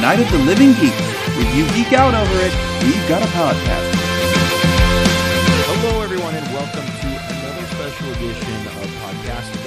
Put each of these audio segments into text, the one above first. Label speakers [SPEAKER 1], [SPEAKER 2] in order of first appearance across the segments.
[SPEAKER 1] Night of the Living Geeks. If you geek out over it, we've got a podcast.
[SPEAKER 2] Hello, everyone, and welcome to another special edition of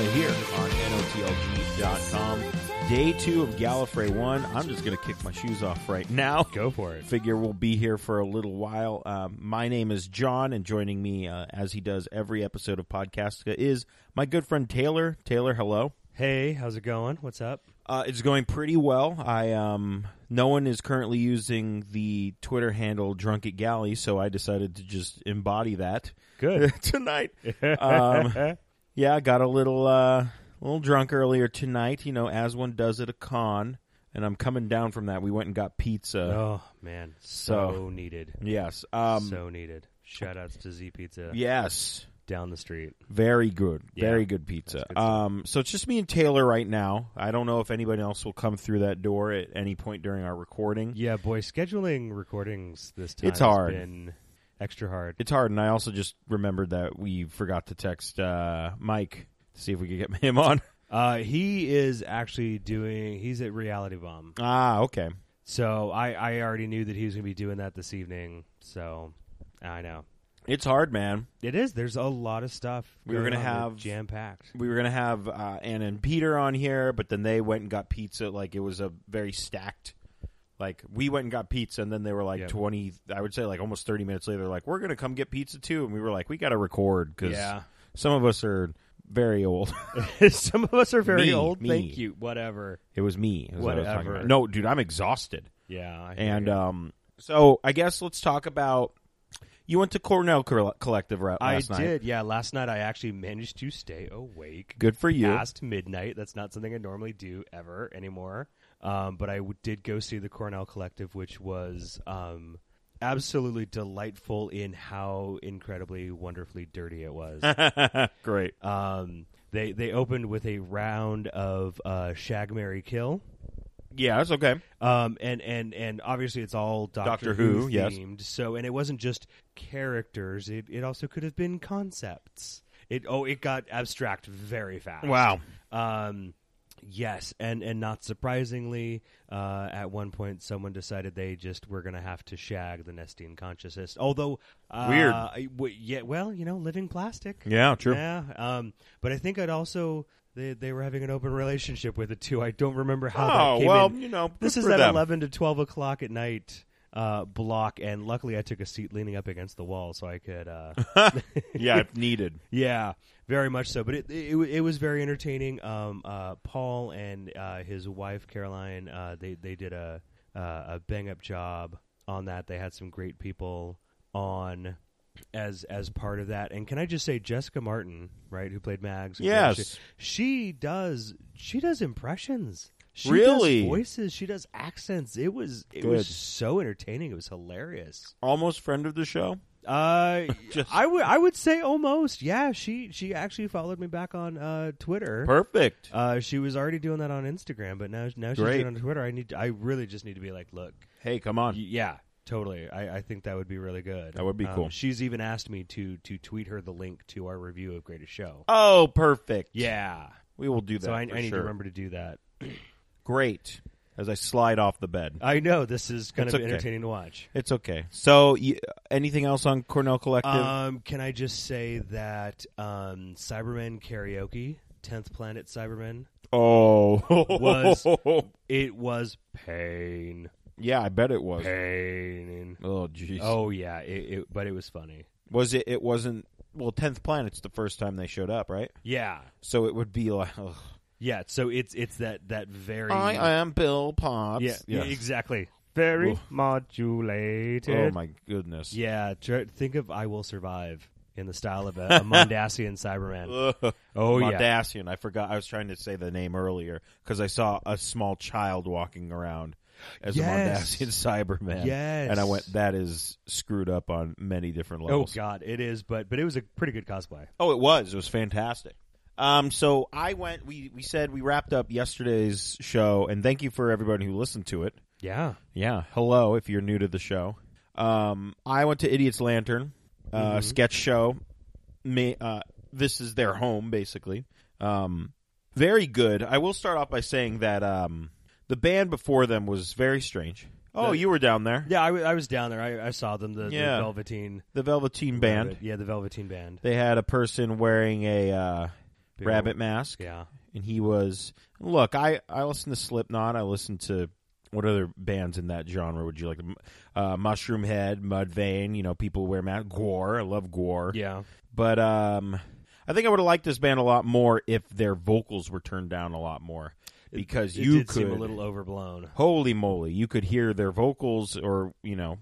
[SPEAKER 2] Podcastica here on NOTLG.com. Day two of Gallifrey 1. I'm just going to kick my shoes off right now.
[SPEAKER 3] Go for it.
[SPEAKER 2] Figure we'll be here for a little while. Um, my name is John, and joining me, uh, as he does every episode of Podcastica, is my good friend Taylor. Taylor, hello.
[SPEAKER 3] Hey, how's it going? What's up?
[SPEAKER 2] Uh, it's going pretty well. I um, no one is currently using the Twitter handle Drunk at Galley, so I decided to just embody that
[SPEAKER 3] Good.
[SPEAKER 2] tonight. Um, yeah, I got a little uh, little drunk earlier tonight. You know, as one does at a con, and I'm coming down from that. We went and got pizza.
[SPEAKER 3] Oh man, so,
[SPEAKER 2] So-
[SPEAKER 3] needed,
[SPEAKER 2] Yes, um,
[SPEAKER 3] so needed. Shout outs to Z Pizza
[SPEAKER 2] yes,
[SPEAKER 3] down the street.
[SPEAKER 2] very good,
[SPEAKER 3] Yeah,
[SPEAKER 2] very good pizza.
[SPEAKER 3] good stuff.
[SPEAKER 2] um, so it's just me and Taylor right now. I don't know if anybody else will come through that door at any point during our recording.
[SPEAKER 3] Yeah, boy, scheduling recordings this time
[SPEAKER 2] It's hard.
[SPEAKER 3] has been extra hard.
[SPEAKER 2] It's hard, and I also just remembered that we forgot to text uh, Mike to see if we could get him on.
[SPEAKER 3] Uh, he is actually doing. He's at Reality Bomb,
[SPEAKER 2] Ah, okay.
[SPEAKER 3] so I I already knew that he was going to be doing that this evening. So I know
[SPEAKER 2] It's hard, man.
[SPEAKER 3] it is. There's a lot of stuff.
[SPEAKER 2] We were
[SPEAKER 3] going
[SPEAKER 2] gonna
[SPEAKER 3] on.
[SPEAKER 2] have-
[SPEAKER 3] jam packed.
[SPEAKER 2] We were gonna have uh, Anna and Peter on here, but then they went and got pizza. Like it was a very stacked. Like we went and got pizza, and then they were like
[SPEAKER 3] Yeah.
[SPEAKER 2] twenty. I would say like almost thirty minutes later. Like we're gonna come get pizza too, and we were like, we got to record because
[SPEAKER 3] Yeah.
[SPEAKER 2] some of us are very old.
[SPEAKER 3] Some of us are very
[SPEAKER 2] Me,
[SPEAKER 3] old.
[SPEAKER 2] me.
[SPEAKER 3] Thank you. Whatever.
[SPEAKER 2] it was me. is what I was talking
[SPEAKER 3] Whatever.
[SPEAKER 2] about. No, dude, I'm exhausted.
[SPEAKER 3] Yeah. I hear
[SPEAKER 2] And
[SPEAKER 3] you.
[SPEAKER 2] um, so I guess let's talk about. You went to Cornell Col- Collective ra-
[SPEAKER 3] I
[SPEAKER 2] last night.
[SPEAKER 3] did. Yeah, last night I actually managed to stay awake
[SPEAKER 2] Good for you.
[SPEAKER 3] past midnight. That's not something I normally do ever anymore. Um, but I w- did go see the Cornell Collective, which was um, absolutely delightful in how incredibly, wonderfully dirty it was.
[SPEAKER 2] Great.
[SPEAKER 3] um, they they opened with a round of uh, Shag Mary Kill.
[SPEAKER 2] Yeah, that's okay.
[SPEAKER 3] Um, and, and, and obviously it's all Doctor,
[SPEAKER 2] Doctor Who, yes.
[SPEAKER 3] themed. So, and it wasn't just characters. It, it also could have been concepts. It, oh, it got abstract very fast.
[SPEAKER 2] Wow.
[SPEAKER 3] Um, yes. And, and not surprisingly, uh, at one point someone decided they just were going to have to shag the Nestine consciousness. Although, uh,
[SPEAKER 2] Weird.
[SPEAKER 3] I- w- yeah, well, you know, living plastic.
[SPEAKER 2] Yeah, true.
[SPEAKER 3] Yeah. Um, but I think it also, they, they were having an open relationship with it too. I don't remember how that
[SPEAKER 2] Oh
[SPEAKER 3] came
[SPEAKER 2] well,
[SPEAKER 3] in
[SPEAKER 2] you know,
[SPEAKER 3] this
[SPEAKER 2] good
[SPEAKER 3] is
[SPEAKER 2] for
[SPEAKER 3] that
[SPEAKER 2] them.
[SPEAKER 3] 11 to 12 o'clock at night uh, block and luckily i took a seat leaning up against the wall so i could uh,
[SPEAKER 2] yeah, if needed.
[SPEAKER 3] yeah very much so but it, it, it was very entertaining um, uh, paul and uh, his wife caroline uh, they, they did a, uh, a bang up job on that they had some great people on as as part of that and can i just say jessica martin right who played mags who played
[SPEAKER 2] Yes.
[SPEAKER 3] Sh- she does she does impressions she
[SPEAKER 2] Really?
[SPEAKER 3] does voices she does accents it was it
[SPEAKER 2] Good.
[SPEAKER 3] was so entertaining it was hilarious
[SPEAKER 2] Almost friend of the show.
[SPEAKER 3] uh
[SPEAKER 2] Just-
[SPEAKER 3] i would i would say almost yeah she she actually followed me back on uh twitter
[SPEAKER 2] Perfect.
[SPEAKER 3] uh she was already doing that on instagram but now now she's doing
[SPEAKER 2] Great.
[SPEAKER 3] it on twitter i need to, i really just need to be like look
[SPEAKER 2] hey, come on.
[SPEAKER 3] y- yeah totally I, I think that would be really good
[SPEAKER 2] That would be
[SPEAKER 3] Um,
[SPEAKER 2] cool.
[SPEAKER 3] she's even asked me to to tweet her the link to our review of greatest show
[SPEAKER 2] oh, perfect.
[SPEAKER 3] yeah
[SPEAKER 2] we will do that.
[SPEAKER 3] so I, I
[SPEAKER 2] for
[SPEAKER 3] need
[SPEAKER 2] sure.
[SPEAKER 3] to remember to do that
[SPEAKER 2] Great. As I slide off the bed,
[SPEAKER 3] I know this is kind
[SPEAKER 2] It's
[SPEAKER 3] of
[SPEAKER 2] okay.
[SPEAKER 3] entertaining to watch.
[SPEAKER 2] it's okay. So, you, anything else on Cornell Collective?
[SPEAKER 3] Um, can I just say that um, Cybermen karaoke, Tenth Planet Cybermen,
[SPEAKER 2] oh,
[SPEAKER 3] was- it was pain,
[SPEAKER 2] yeah, I bet it was.
[SPEAKER 3] pain.
[SPEAKER 2] Oh, jeez.
[SPEAKER 3] Oh yeah, it, it, but it was funny.
[SPEAKER 2] Was it? It wasn't. Well, tenth planet's the first time they showed up, right?
[SPEAKER 3] Yeah,
[SPEAKER 2] So it would be like, ugh.
[SPEAKER 3] yeah. So it's it's that that very
[SPEAKER 2] am Bill Potts.
[SPEAKER 3] yeah,
[SPEAKER 2] Yes.
[SPEAKER 3] exactly very
[SPEAKER 2] Oof.
[SPEAKER 3] modulated.
[SPEAKER 2] Oh my goodness.
[SPEAKER 3] Yeah, tr- think of I will survive in the style of a, a Mondasian Cyberman. Oh yeah,
[SPEAKER 2] Mondasian. I forgot. I was trying to say the name earlier because I saw a small child walking around as
[SPEAKER 3] Yes.
[SPEAKER 2] a Mondasian Cyberman.
[SPEAKER 3] Yes.
[SPEAKER 2] And I went, that is screwed up on many different
[SPEAKER 3] Oh
[SPEAKER 2] levels.
[SPEAKER 3] god, it is, but but it was a pretty good cosplay.
[SPEAKER 2] Oh, it was. It was fantastic. Um, so I went. We we said we wrapped up yesterday's show, and thank you for everybody who listened to it.
[SPEAKER 3] Yeah.
[SPEAKER 2] Yeah. Hello, if you're new to the show. Um, I went to Idiot's Lantern, uh,
[SPEAKER 3] Mm-hmm.
[SPEAKER 2] sketch show. Ma uh, this is their home, basically. Um, very good. I will start off by saying that um, The band before them was very strange. Oh,
[SPEAKER 3] The-
[SPEAKER 2] you were down there.
[SPEAKER 3] Yeah, I, w- I was down there. I, I saw them. The,
[SPEAKER 2] Yeah.
[SPEAKER 3] the Velveteen
[SPEAKER 2] The Velveteen Band.
[SPEAKER 3] Velvet- Yeah, the Velveteen Band.
[SPEAKER 2] They had a person wearing a uh,
[SPEAKER 3] Big
[SPEAKER 2] rabbit
[SPEAKER 3] old-
[SPEAKER 2] mask,
[SPEAKER 3] Yeah,
[SPEAKER 2] and he was. Look, I I listen to Slipknot. I listen to what other bands in that genre would you like? Uh, Mushroom Head, Mudvayne. You know, people who wear mask. Gore. I love Gore.
[SPEAKER 3] yeah.
[SPEAKER 2] But um, I think I would have liked this band a lot more if their vocals were turned down a lot more
[SPEAKER 3] It-
[SPEAKER 2] because
[SPEAKER 3] it
[SPEAKER 2] you
[SPEAKER 3] did
[SPEAKER 2] could
[SPEAKER 3] seem a little overblown.
[SPEAKER 2] holy moly you could hear their vocals or you know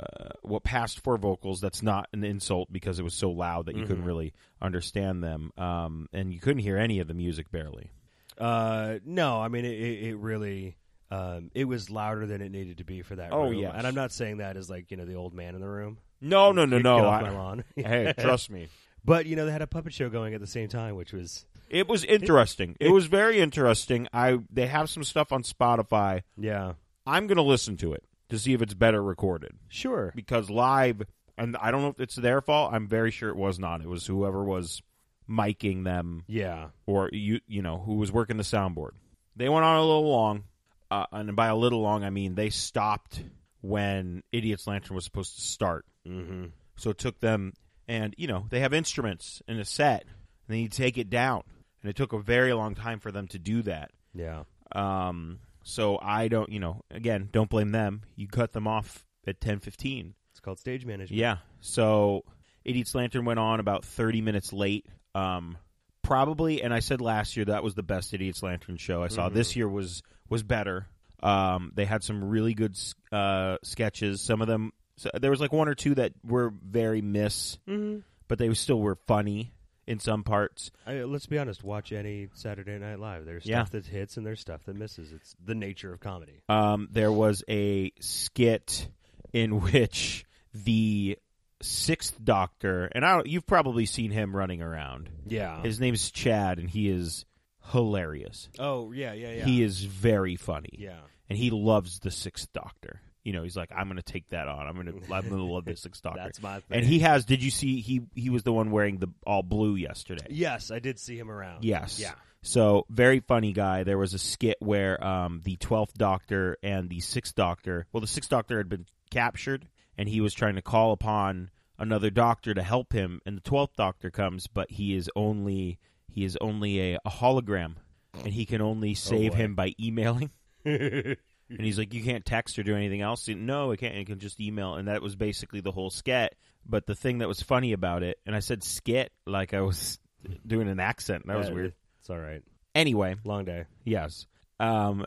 [SPEAKER 2] uh, what passed for vocals that's not an insult because it was so loud that you couldn't
[SPEAKER 3] Mhm.
[SPEAKER 2] really understand them um, and you couldn't hear any of the music barely
[SPEAKER 3] Uh, no, I mean it. It, it really. Um, it was louder than it needed to be for that
[SPEAKER 2] Oh,
[SPEAKER 3] room.
[SPEAKER 2] yes.
[SPEAKER 3] And I'm not saying that as like, you know, the old man in the room.
[SPEAKER 2] no no no
[SPEAKER 3] Get-
[SPEAKER 2] no
[SPEAKER 3] Get off
[SPEAKER 2] I-
[SPEAKER 3] my lawn.
[SPEAKER 2] hey trust me
[SPEAKER 3] But, you know, they had a puppet show going at the same time, which was,
[SPEAKER 2] it was interesting it, was very interesting i they have some stuff on spotify
[SPEAKER 3] yeah.
[SPEAKER 2] i'm going to listen to it to see if it's better recorded
[SPEAKER 3] Sure.
[SPEAKER 2] because live and i don't know if it's their fault i'm very sure it was not it was whoever was miking them
[SPEAKER 3] Yeah.
[SPEAKER 2] or you you know who was working the soundboard. They went on a little long, uh, and by a little long I mean they stopped when Idiot's Lantern was supposed to start.
[SPEAKER 3] Mm-hmm.
[SPEAKER 2] So it took them, and you know they have instruments in a set, and then you take it down, and it took a very long time for them to do that.
[SPEAKER 3] Yeah.
[SPEAKER 2] Um, so I don't, you know, again, don't blame them. You cut them off at ten fifteen.
[SPEAKER 3] It's called stage management.
[SPEAKER 2] Yeah. So Idiot's Lantern went on about 30 minutes late. Um, probably, and I said last year that was the best Idiot's Lantern show I saw. This year was was better. Um, they had some really good s- uh, sketches. Some of them, so there was like one or two that were very miss,
[SPEAKER 3] Mm-hmm.
[SPEAKER 2] but they still were funny in some parts.
[SPEAKER 3] I, let's be honest. Watch any Saturday Night Live. There's
[SPEAKER 2] Yeah.
[SPEAKER 3] stuff that hits and there's stuff that misses. It's the nature of comedy.
[SPEAKER 2] Um, there was a skit in which the sixth Doctor, and I, don't- you've probably seen him running around.
[SPEAKER 3] Yeah.
[SPEAKER 2] His name's Chad, and he is hilarious.
[SPEAKER 3] oh, yeah, yeah, yeah.
[SPEAKER 2] He is very funny,
[SPEAKER 3] Yeah.
[SPEAKER 2] and he loves the Sixth Doctor. You know, he's like, I'm going to take that on. I'm going to, I'm going to love the Sixth Doctor.
[SPEAKER 3] That's my thing.
[SPEAKER 2] and he has. Did you see? He he was the one wearing the all blue yesterday.
[SPEAKER 3] Yes, I did see him around.
[SPEAKER 2] Yes.
[SPEAKER 3] Yeah.
[SPEAKER 2] So very funny guy. There was a skit where um, the twelfth Doctor and the sixth Doctor. Well, the sixth Doctor had been captured, and he was trying to call upon another Doctor to help him. And the twelfth Doctor comes, but he is only he is only a, a hologram, and he can only save
[SPEAKER 3] Oh, boy.
[SPEAKER 2] him by emailing. And he's like, "You can't text or do anything else." He- no, it can't. It can just email. And that was basically the whole skit. But the thing that was funny about it, and I said skit like I was doing an accent. That was
[SPEAKER 3] Yeah,
[SPEAKER 2] weird.
[SPEAKER 3] It's all right.
[SPEAKER 2] Anyway,
[SPEAKER 3] Long day.
[SPEAKER 2] yes. Um,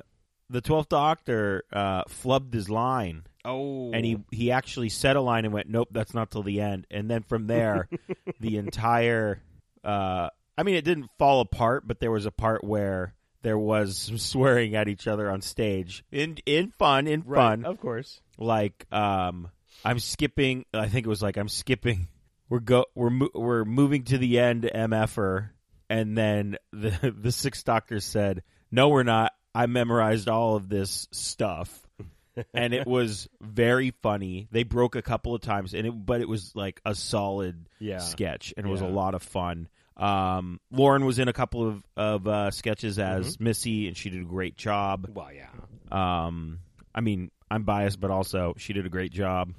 [SPEAKER 2] the twelfth Doctor uh, flubbed his line,
[SPEAKER 3] Oh.
[SPEAKER 2] and he he actually said a line and went, "Nope, that's not till the end." And then from there, the entire. Uh, I mean, it didn't fall apart, but there was a part where there was some swearing at each other on stage in in fun, in
[SPEAKER 3] right,
[SPEAKER 2] fun
[SPEAKER 3] Of course.
[SPEAKER 2] like um I'm skipping I think it was like I'm skipping we're go we're mo- we're moving to the end mf'er and then the the sixth doctor said no we're not I memorized all of this stuff and it was very funny they broke a couple of times and it but it was like a solid
[SPEAKER 3] Yeah.
[SPEAKER 2] sketch and it was a
[SPEAKER 3] Yeah.
[SPEAKER 2] lot of fun um Lauren was in a couple of of uh, sketches as
[SPEAKER 3] Mm-hmm.
[SPEAKER 2] Missy and she did a great job
[SPEAKER 3] Well, yeah.
[SPEAKER 2] um, I mean, I'm biased, but also she did a great job.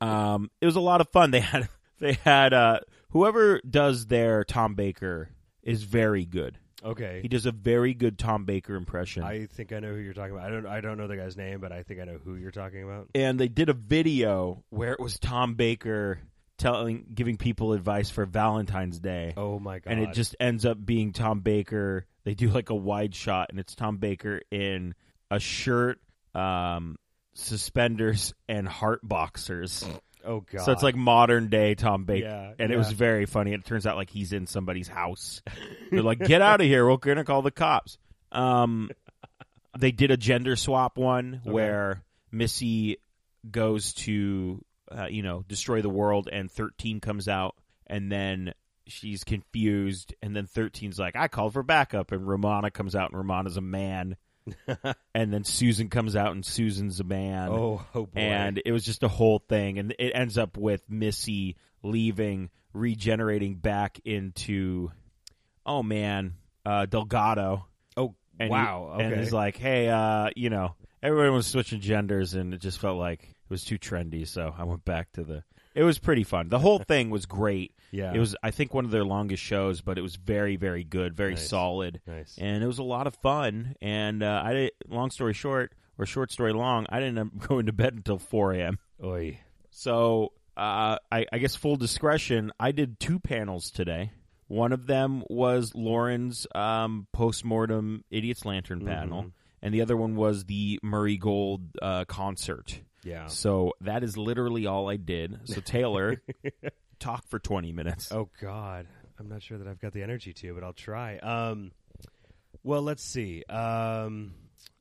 [SPEAKER 2] um, it was a lot of fun. They had they had uh, whoever does their Tom Baker is very good.
[SPEAKER 3] Okay.
[SPEAKER 2] He does a very good Tom Baker impression.
[SPEAKER 3] I think I know who you're talking about. I don't. I don't know the guy's name, but I think I know who you're talking about.
[SPEAKER 2] and they did a video where it was Tom Baker telling giving people advice for Valentine's Day.
[SPEAKER 3] Oh my god!
[SPEAKER 2] and it just ends up being Tom Baker. They do like a wide shot, and it's Tom Baker in a shirt, um, suspenders, and heart boxers.
[SPEAKER 3] oh god.
[SPEAKER 2] So it's like modern day Tom Baker,
[SPEAKER 3] Yeah,
[SPEAKER 2] and it
[SPEAKER 3] yeah.
[SPEAKER 2] was very funny. It turns out like he's in somebody's house. They're like, "Get out of here! We're gonna call the cops." Um, they did a gender swap one
[SPEAKER 3] Okay.
[SPEAKER 2] where Missy goes to uh, you know destroy the world, and thirteen comes out, and then she's confused, and then 13's like, "I called for backup," and Romana comes out, and Romana's a man, and then Susan comes out, and Susan's a man
[SPEAKER 3] oh, oh boy.
[SPEAKER 2] and it was just a whole thing and it ends up with missy leaving regenerating back into oh man uh delgado
[SPEAKER 3] oh
[SPEAKER 2] And
[SPEAKER 3] Wow,
[SPEAKER 2] he- And
[SPEAKER 3] okay.
[SPEAKER 2] he's like, hey, uh, you know, everyone was switching genders, and it just felt like it was too trendy. So I went back to the. It was pretty fun. The whole thing was great.
[SPEAKER 3] Yeah.
[SPEAKER 2] It was, I think, one of their longest shows, but it was very, very good, very
[SPEAKER 3] Nice.
[SPEAKER 2] solid,
[SPEAKER 3] Nice.
[SPEAKER 2] and it was a lot of fun. And uh, I did. Long story short, or short story long, I didn't end up going to bed until four a.m.
[SPEAKER 3] Oy.
[SPEAKER 2] So uh, I, I guess full discretion, I did two panels today. One of them was Lauren's um, postmortem Idiot's Lantern panel, and the other one was the Murray Gold uh, concert.
[SPEAKER 3] Yeah.
[SPEAKER 2] So that is literally all I did. So Taylor, talk for twenty minutes.
[SPEAKER 3] Oh God, I'm not sure that I've got the energy to, but I'll try. Um, well, let's see. Um,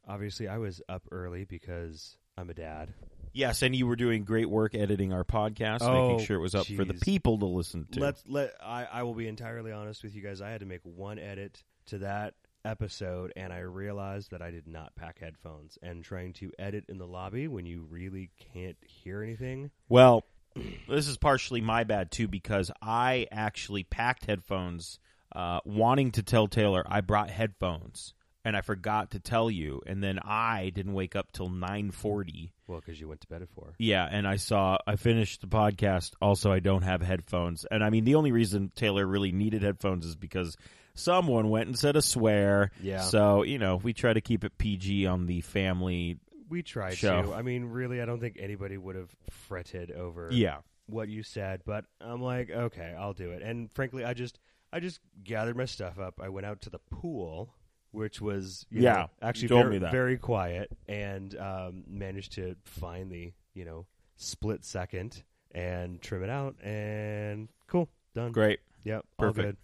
[SPEAKER 3] obviously, I was up early because I'm a dad.
[SPEAKER 2] Yes, and you were doing great work editing our podcast,
[SPEAKER 3] Oh,
[SPEAKER 2] making sure it was up for the
[SPEAKER 3] geez.
[SPEAKER 2] people to listen to.
[SPEAKER 3] Let's let I, I will be entirely honest with you guys. I had to make one edit to that episode, and I realized that I did not pack headphones. And trying to edit in the lobby when you really can't hear anything.
[SPEAKER 2] Well, this is partially my bad too because I actually packed headphones, uh, wanting to tell Taylor I brought headphones and I forgot to tell you, and then I didn't wake up till nine forty.
[SPEAKER 3] Well, because you went to bed at four.
[SPEAKER 2] Yeah, and I saw I finished the podcast. Also, I don't have headphones, and I mean the only reason Taylor really needed headphones is because someone went and said a swear.
[SPEAKER 3] Yeah.
[SPEAKER 2] So you know we try to keep it PG on the family.
[SPEAKER 3] We tried
[SPEAKER 2] Show.
[SPEAKER 3] to. I mean, really, I don't think anybody would have fretted over.
[SPEAKER 2] Yeah.
[SPEAKER 3] what you said, but I'm like, okay, I'll do it. And frankly, I just I just gathered my stuff up. I went out to the pool, which was you
[SPEAKER 2] Yeah,
[SPEAKER 3] know, actually
[SPEAKER 2] you told
[SPEAKER 3] very,
[SPEAKER 2] me that.
[SPEAKER 3] very quiet, and um, managed to find the you know split second and trim it out, and cool, done.
[SPEAKER 2] Great.
[SPEAKER 3] Yep.
[SPEAKER 2] Perfect.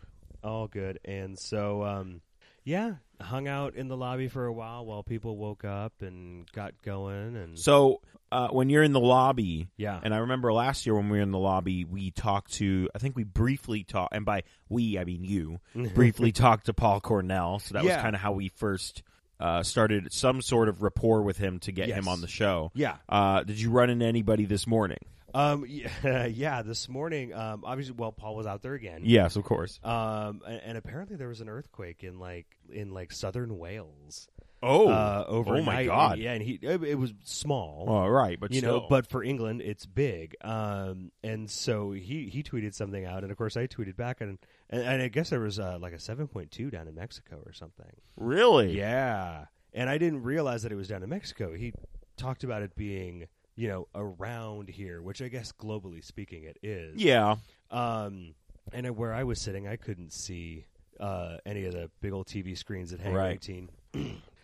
[SPEAKER 3] All good. All good. And so, um, yeah, hung out in the lobby for a while while people woke up and got going, and
[SPEAKER 2] So uh, when you're in the lobby,
[SPEAKER 3] yeah,
[SPEAKER 2] And I remember last year when we were in the lobby, we talked to, I think we briefly talked, and by we, I mean you, briefly talked to Paul Cornell. So that was
[SPEAKER 3] Yeah.
[SPEAKER 2] kind of how we first uh, started some sort of rapport with him to get
[SPEAKER 3] Yes.
[SPEAKER 2] him on the show.
[SPEAKER 3] yeah.
[SPEAKER 2] Uh, did you run into anybody this morning?
[SPEAKER 3] Um, yeah, yeah, this morning, um, obviously, well, Paul was out there again.
[SPEAKER 2] Yes, of course.
[SPEAKER 3] Um, and, and apparently there was an earthquake in like in like southern Wales.
[SPEAKER 2] Oh,
[SPEAKER 3] uh, overnight.
[SPEAKER 2] oh my God.
[SPEAKER 3] Yeah, and he it, it was small.
[SPEAKER 2] All right, but
[SPEAKER 3] you know,
[SPEAKER 2] still.
[SPEAKER 3] but for England, it's big. Um, and so he he tweeted something out, and of course I tweeted back, and and, and I guess there was uh, like a seven point two down in Mexico or something.
[SPEAKER 2] really,
[SPEAKER 3] Yeah. And I didn't realize that it was down in Mexico. He talked about it being, you know, around here, which I guess globally speaking it is.
[SPEAKER 2] yeah,
[SPEAKER 3] Um, and at where I was sitting, I couldn't see uh, any of the big old TV screens that hang
[SPEAKER 2] Right.
[SPEAKER 3] 18.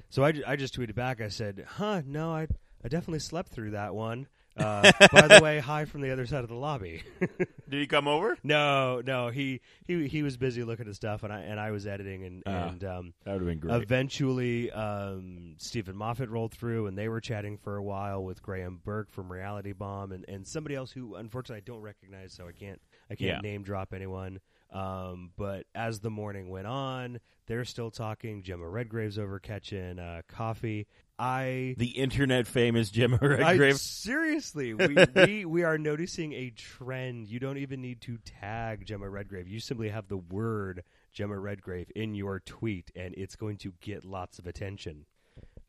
[SPEAKER 3] so I, ju- I just tweeted back. I said, huh, no, I, I definitely slept through that one. Uh, by the way, hi from the other side of the lobby.
[SPEAKER 2] Did he come over?
[SPEAKER 3] no, no, he, he he was busy looking at stuff, and I and I was editing, and,
[SPEAKER 2] Ah.
[SPEAKER 3] and um,
[SPEAKER 2] That would have been great.
[SPEAKER 3] Eventually, um, Stephen Moffat rolled through, and they were chatting for a while with Graham Burke from Reality Bomb, and, and somebody else who unfortunately I don't recognize, so I can't I
[SPEAKER 2] Yeah.
[SPEAKER 3] can't name drop anyone. Um, but as the morning went on, they're still talking. Gemma Redgrave's over catching uh, coffee. I
[SPEAKER 2] the internet famous Jim
[SPEAKER 3] I-
[SPEAKER 2] Redgrave.
[SPEAKER 3] seriously, we, we we are noticing a trend. You don't even need to tag Gemma Redgrave. You simply have the word Gemma Redgrave in your tweet, and it's going to get lots of attention.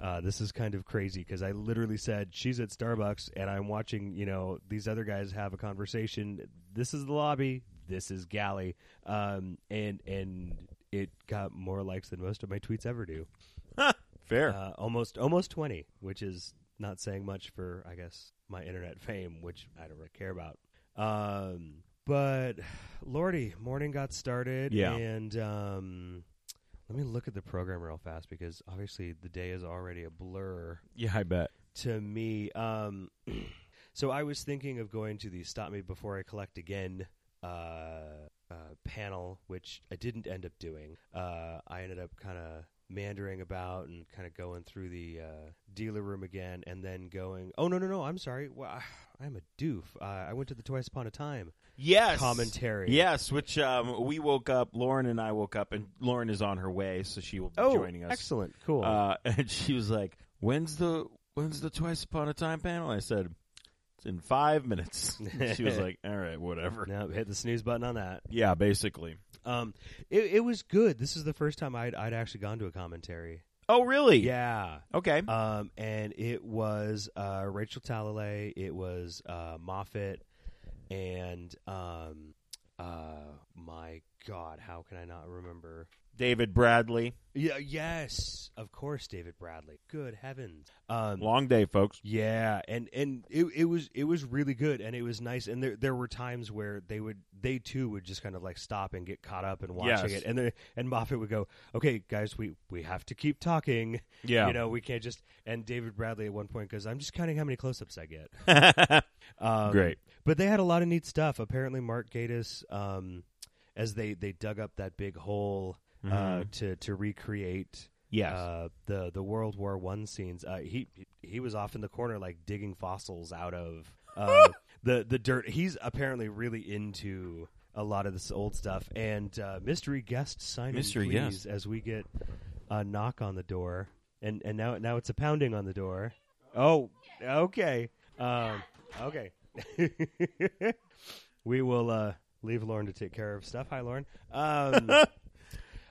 [SPEAKER 3] Uh, this is kind of crazy because I literally said she's at Starbucks, and I'm watching. You know, these other guys have a conversation. This is the lobby. This is galley. Um, and and it got more likes than most of my tweets ever do.
[SPEAKER 2] Fair.
[SPEAKER 3] Uh, almost almost 20, which is not saying much for I guess my internet fame, which I don't really care about. Um, but Lordy, morning got started,
[SPEAKER 2] Yeah.
[SPEAKER 3] and um, let me look at the program real fast because obviously the day is already a blur
[SPEAKER 2] yeah, I bet.
[SPEAKER 3] to me. Um, so I was thinking of going to the "Stop Me Before I Collect Again" uh, uh, panel, which I didn't end up doing. Uh, I ended up kind of mandering about and kind of going through the uh, dealer room again, and then going, "Oh no, no, no! I'm sorry. Well, I- I'm a doof. Uh, I went to the Twice Upon a Time
[SPEAKER 2] Yes,
[SPEAKER 3] commentary.
[SPEAKER 2] Yes, which um, we woke up. Lauren and I woke up, and Lauren is on her way, so she will be
[SPEAKER 3] Oh,
[SPEAKER 2] joining us.
[SPEAKER 3] excellent, cool.
[SPEAKER 2] Uh, and she was like, "When's the when's the Twice Upon a Time panel?" I said, "It's in five minutes." she was like, "All right, whatever."
[SPEAKER 3] now hit the snooze button on that.
[SPEAKER 2] Yeah, basically.
[SPEAKER 3] Um, it, it was good. This is the first time I'd, I'd actually gone to a commentary.
[SPEAKER 2] Oh, really?
[SPEAKER 3] Yeah.
[SPEAKER 2] Okay.
[SPEAKER 3] Um, and it was uh, Rachel Talalay, it was uh, Moffat, and um, uh, my God, how can I not remember?
[SPEAKER 2] David Bradley.
[SPEAKER 3] Yeah, yes, of course, David Bradley. Good heavens. Um,
[SPEAKER 2] Long day, folks.
[SPEAKER 3] yeah, and and it, it was it was really good, and it was nice, and there there were times where they would they too would just kind of like stop and get caught up in watching
[SPEAKER 2] Yes.
[SPEAKER 3] it, and there, and Moffat would go, okay, guys, we we have to keep talking,
[SPEAKER 2] Yeah.
[SPEAKER 3] you know, we can't just. And David Bradley at one point goes, I'm just counting how many close ups I get. Um,
[SPEAKER 2] Great.
[SPEAKER 3] But they had a lot of neat stuff. Apparently, Mark Gatiss, um, as they, they dug up that big hole uh,
[SPEAKER 2] Mhm.
[SPEAKER 3] to, to recreate
[SPEAKER 2] yes.
[SPEAKER 3] uh, the, the World War One scenes, uh, he, he was off in the corner, like digging fossils out of uh, the, the dirt. He's apparently really into. A lot of this old stuff and uh, mystery guest signing,
[SPEAKER 2] Mystery
[SPEAKER 3] please,
[SPEAKER 2] guest.
[SPEAKER 3] as we get a knock on the door, and and now now it's a pounding on the door. Oh, okay, um, okay. we will uh, leave Lauren to take care of stuff. Hi, Lauren. Um, uh,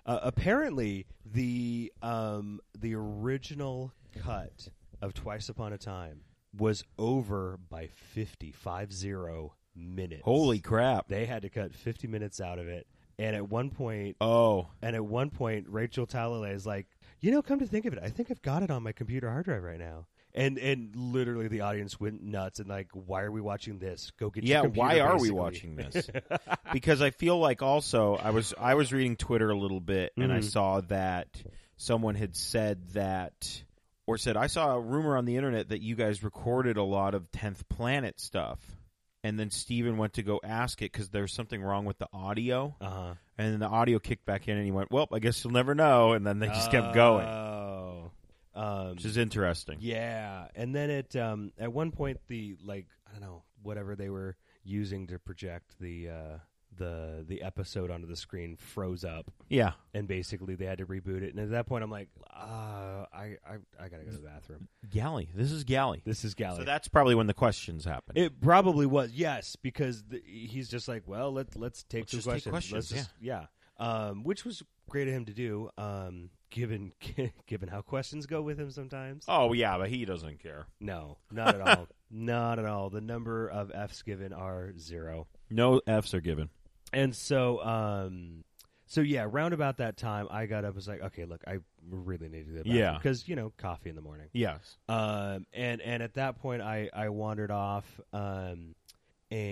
[SPEAKER 3] apparently, the um, the original cut of Twice Upon a Time was over by fifty five zero minutes.
[SPEAKER 2] Holy crap.
[SPEAKER 3] They had to cut fifty minutes out of it, and at one point,
[SPEAKER 2] Oh.
[SPEAKER 3] and at one point, Rachel Talalay is like, "You know, come to think of it, I think I've got it on my computer hard drive right now." And and literally, the audience went nuts and like, "Why are we watching this? Go get
[SPEAKER 2] Yeah,
[SPEAKER 3] Your computer,
[SPEAKER 2] why are we
[SPEAKER 3] basically."
[SPEAKER 2] watching this? because I feel like also I was I was reading Twitter a little bit and I
[SPEAKER 3] Mhm.
[SPEAKER 2] saw that someone had said that or said I saw a rumor on the internet that you guys recorded a lot of 10th planet stuff and then Steven went to go ask it cuz there's something wrong with the audio
[SPEAKER 3] Uh-huh.
[SPEAKER 2] and then the audio kicked back in and he went, "Well, I guess you'll never know." And then they just kept going,
[SPEAKER 3] Oh, um,
[SPEAKER 2] which is interesting.
[SPEAKER 3] yeah. And then at um, at one point, the like I don't know whatever they were using to project the uh, the the episode onto the screen froze up.
[SPEAKER 2] Yeah.
[SPEAKER 3] And basically, they had to reboot it. And at that point, I'm like, uh, I, I, I gotta go to the bathroom.
[SPEAKER 2] Galley. This is Galley.
[SPEAKER 3] This is Galley.
[SPEAKER 2] So that's probably when the questions happen.
[SPEAKER 3] it probably was yes, because the, he's just like, well, let let's
[SPEAKER 2] Let's
[SPEAKER 3] take some
[SPEAKER 2] just take
[SPEAKER 3] questions. Let's
[SPEAKER 2] questions,
[SPEAKER 3] just- yeah, Um, which was great of him to do, um, given given how questions go with him sometimes.
[SPEAKER 2] oh, yeah, but he doesn't care.
[SPEAKER 3] No, not at all, not at all. The number of Fs given are zero,
[SPEAKER 2] No Fs are given.
[SPEAKER 3] and so um, so yeah, round about that time, I got up, was like, okay, look, I really need to do that,
[SPEAKER 2] Yeah.
[SPEAKER 3] because you know, coffee in the morning.
[SPEAKER 2] Yes.
[SPEAKER 3] Um, and and at that point, I I wandered off. Um,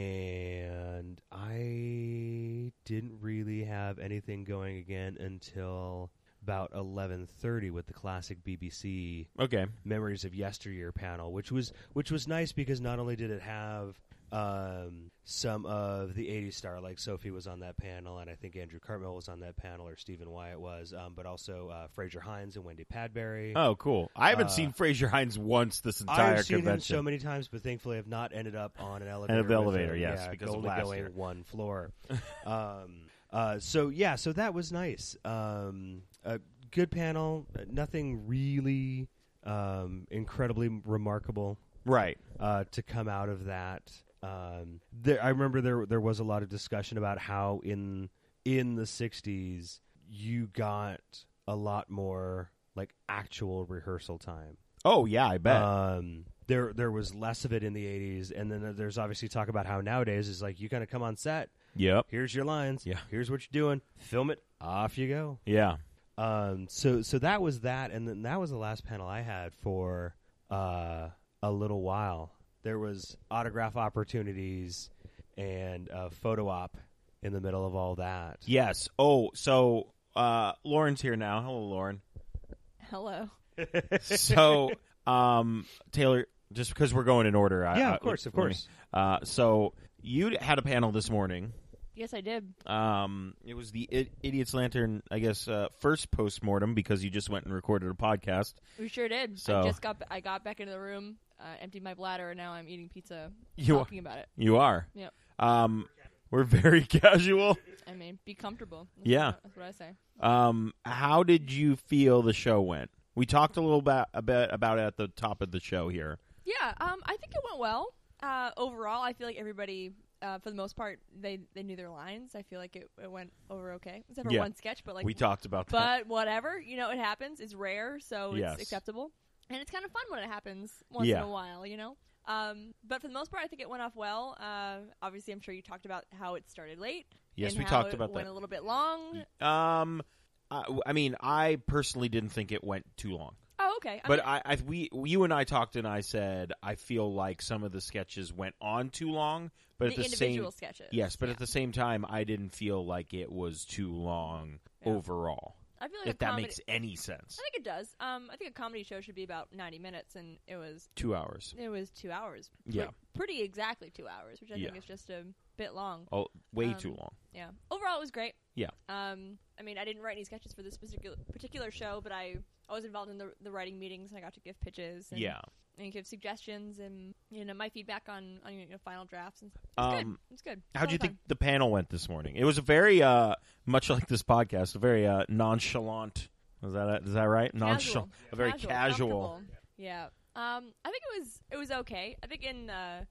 [SPEAKER 3] and I didn't really have anything going again until about eleven thirty with the classic BBC
[SPEAKER 2] Okay.
[SPEAKER 3] memories of yesteryear panel, which was which was nice because not only did it have um, some of the 80s star like Sophie was on that panel, and I think Andrew Cartmel was on that panel, or Stephen Wyatt was, um, but also uh, Fraser Hines and Wendy Padbury.
[SPEAKER 2] Oh, cool. I haven't
[SPEAKER 3] Uh,
[SPEAKER 2] seen Fraser Hines once this entire
[SPEAKER 3] I've seen him
[SPEAKER 2] convention.
[SPEAKER 3] so many times, but thankfully I've not ended up on an elevator.
[SPEAKER 2] the
[SPEAKER 3] with
[SPEAKER 2] elevator,
[SPEAKER 3] him.
[SPEAKER 2] yes,
[SPEAKER 3] yeah,
[SPEAKER 2] because of
[SPEAKER 3] only
[SPEAKER 2] last
[SPEAKER 3] going
[SPEAKER 2] year.
[SPEAKER 3] one floor. um, uh, so yeah, so that was nice. Um, a good panel. Nothing really um, incredibly remarkable
[SPEAKER 2] right.
[SPEAKER 3] uh, to come out of that. Um, there, I remember there there was a lot of discussion about how in in the '60s you got a lot more like actual rehearsal time.
[SPEAKER 2] Oh, yeah, I bet.
[SPEAKER 3] Um, there there was less of it in the '80s, and then there's obviously talk about how nowadays is like you kind of come on set,
[SPEAKER 2] yep.
[SPEAKER 3] here's your lines,
[SPEAKER 2] Yeah.
[SPEAKER 3] here's what you're doing, film it, off you go.
[SPEAKER 2] Yeah.
[SPEAKER 3] Um, so so that was that, and then that was the last panel I had for uh, a little while. There was autograph opportunities and a photo op in the middle of all that.
[SPEAKER 2] Yes. Oh, so uh, Lauren's here now. Hello, Lauren.
[SPEAKER 4] Hello.
[SPEAKER 2] so, um, Taylor, just because we're going in order. I,
[SPEAKER 3] Yeah,
[SPEAKER 2] I-
[SPEAKER 3] of course, of
[SPEAKER 2] let me-
[SPEAKER 3] course.
[SPEAKER 2] Uh, so you had a panel this morning.
[SPEAKER 4] Yes, I did.
[SPEAKER 2] Um, it was the I- Idiot's Lantern, I guess, uh, first postmortem because you just went and recorded a podcast.
[SPEAKER 4] We sure did.
[SPEAKER 2] So-
[SPEAKER 4] I just got I got back into the room, uh, emptied my bladder, and now I'm eating pizza.
[SPEAKER 2] You
[SPEAKER 4] talking about it.
[SPEAKER 2] You are.
[SPEAKER 4] Yep.
[SPEAKER 2] Um, we're very casual.
[SPEAKER 4] I mean, be comfortable. That's
[SPEAKER 2] Yeah.
[SPEAKER 4] what- that's what I say.
[SPEAKER 2] Um, how did you feel the show went? We talked a little bit, a bit about it at the top of the show here.
[SPEAKER 4] Yeah. Um. I think it went well. Uh. Overall, I feel like everybody uh, for the most part, they, they knew their lines. I feel like it, it went over okay, except for
[SPEAKER 2] Yeah.
[SPEAKER 4] one sketch. But like,
[SPEAKER 2] we talked about that.
[SPEAKER 4] but whatever, you know, it happens. It's rare, so it's
[SPEAKER 2] Yes.
[SPEAKER 4] acceptable, and it's kind of fun when it happens once
[SPEAKER 2] Yeah.
[SPEAKER 4] in a while, you know. Um, but for the most part, I think it went off well. Uh, obviously, I'm sure you talked about how it started late.
[SPEAKER 2] Yes,
[SPEAKER 4] and
[SPEAKER 2] we
[SPEAKER 4] how
[SPEAKER 2] talked
[SPEAKER 4] it
[SPEAKER 2] about
[SPEAKER 4] went
[SPEAKER 2] that.
[SPEAKER 4] a little bit long.
[SPEAKER 2] Um, I, I mean, I personally didn't think it went too long,
[SPEAKER 4] Oh, okay. I
[SPEAKER 2] but
[SPEAKER 4] mean,
[SPEAKER 2] I, I we you and I talked, and I said I feel like some of the sketches went on too long, but at
[SPEAKER 4] the
[SPEAKER 2] the
[SPEAKER 4] individual
[SPEAKER 2] same
[SPEAKER 4] sketches.
[SPEAKER 2] yes, but at the same time, I didn't feel like it was too long
[SPEAKER 4] Yeah.
[SPEAKER 2] overall.
[SPEAKER 4] I feel like
[SPEAKER 2] If
[SPEAKER 4] a
[SPEAKER 2] that
[SPEAKER 4] comedy,
[SPEAKER 2] makes any sense,
[SPEAKER 4] I think it does. Um, I think a comedy show should be about 90 minutes, and it was
[SPEAKER 2] two hours.
[SPEAKER 4] it was two hours. Pre-
[SPEAKER 2] Yeah.
[SPEAKER 4] pretty exactly two hours, which I
[SPEAKER 2] Yeah.
[SPEAKER 4] think is just a bit long.
[SPEAKER 2] Oh, way
[SPEAKER 4] Um,
[SPEAKER 2] too long.
[SPEAKER 4] Yeah. Overall, it was great.
[SPEAKER 2] Yeah.
[SPEAKER 4] Um, I mean, I didn't write any sketches for this particular particular show, but I, I was involved in the, the writing meetings, and I got to give pitches. And,
[SPEAKER 2] Yeah.
[SPEAKER 4] And give suggestions, and you know my feedback on on you know, final drafts. And it's good.
[SPEAKER 2] Um,
[SPEAKER 4] It's good. It's a
[SPEAKER 2] how
[SPEAKER 4] lot
[SPEAKER 2] do you
[SPEAKER 4] of fun.
[SPEAKER 2] think the panel went this morning? It was a very uh, much like this podcast, a very uh, nonchalant. Is that is that right? Nonchalant,
[SPEAKER 4] Casual.
[SPEAKER 2] a very casual.
[SPEAKER 4] comfortable. Yeah. Um, I think it was it was okay. I think in uh,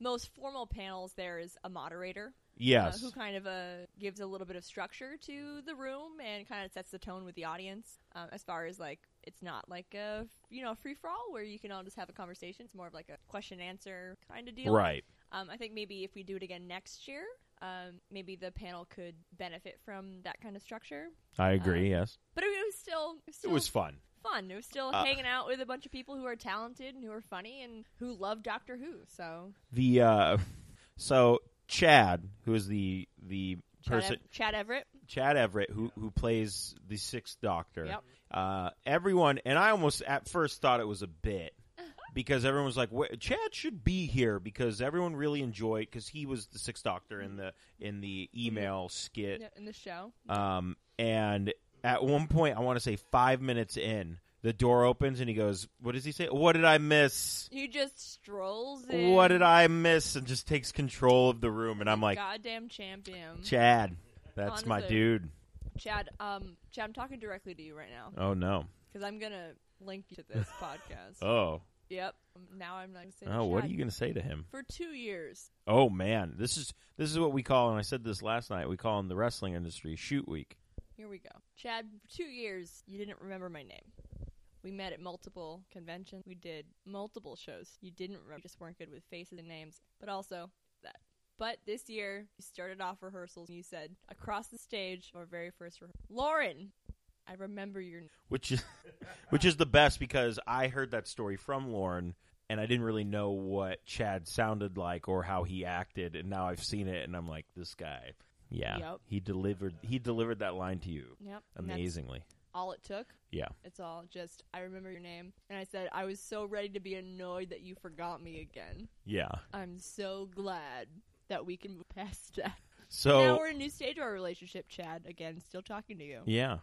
[SPEAKER 4] most formal panels there is a moderator uh,
[SPEAKER 2] Yes,
[SPEAKER 4] who kind of uh, gives a little bit of structure to the room and kind of sets the tone with the audience um, as far as like it's not like a you know free for all where you can all just have a conversation. It's more of like a question answer kind of deal.
[SPEAKER 2] right.
[SPEAKER 4] Um, I think maybe if we do it again next year, um, maybe the panel could benefit from that kind of structure.
[SPEAKER 2] I agree. yes,
[SPEAKER 4] But I mean, it was still it was,
[SPEAKER 2] it
[SPEAKER 4] still
[SPEAKER 2] was fun.
[SPEAKER 4] fun. It was still
[SPEAKER 2] Uh,
[SPEAKER 4] hanging out with a bunch of people who are talented and who are funny and who love Doctor Who. So
[SPEAKER 2] The uh, so Chad, who is the the
[SPEAKER 4] Chad,
[SPEAKER 2] person
[SPEAKER 4] Ev- Chad Everett,
[SPEAKER 2] Chad Everett, who who plays the Sixth Doctor.
[SPEAKER 4] Yep.
[SPEAKER 2] Uh, everyone, and I almost at first thought it was a bit because everyone was like, "Wh- "Chad should be here," because everyone really enjoyed because he was the Sixth Doctor in the in the email skit.
[SPEAKER 4] in the show.
[SPEAKER 2] Um, and at one point, I want to say five minutes in, the door opens and he goes, "What does he say? What did I miss?"
[SPEAKER 4] He just strolls in.
[SPEAKER 2] What did I miss? And just takes control of the room, and I'm like,
[SPEAKER 4] Goddamn champion,
[SPEAKER 2] Chad, that's my
[SPEAKER 4] Honestly.
[SPEAKER 2] dude.
[SPEAKER 4] Chad. Um, Chad, I'm talking directly to you right now
[SPEAKER 2] Oh no.
[SPEAKER 4] because I'm gonna link you to this podcast.
[SPEAKER 2] Oh.
[SPEAKER 4] Yep. Now I'm not gonna say.
[SPEAKER 2] Oh, what are
[SPEAKER 4] Chad.
[SPEAKER 2] you going to say to him?
[SPEAKER 4] For two years,
[SPEAKER 2] Oh man, this is this is what we call, and I said this last night. We call in the wrestling industry shoot week.
[SPEAKER 4] here we go. Chad, for two years, you didn't remember my name. We met at multiple conventions. We did multiple shows. You didn't remember, you just weren't good with faces and names, but also that. But this year, you started off rehearsals and you said, across the stage, our very first rehearsal, Lauren, I remember your name.
[SPEAKER 2] which is which is the best because I heard that story from Lauren and I didn't really know what Chad sounded like or how he acted and now I've seen it and I'm like this guy yeah
[SPEAKER 4] Yep.
[SPEAKER 2] he delivered he delivered that line to you
[SPEAKER 4] Yep. and that's
[SPEAKER 2] amazingly
[SPEAKER 4] all it took.
[SPEAKER 2] yeah
[SPEAKER 4] It's all just, I remember your name. And I said, I was so ready to be annoyed that you forgot me again.
[SPEAKER 2] yeah
[SPEAKER 4] I'm so glad that we can move past that. now
[SPEAKER 2] so
[SPEAKER 4] we're in a new stage of our relationship, Chad. Again, still talking to you.
[SPEAKER 2] yeah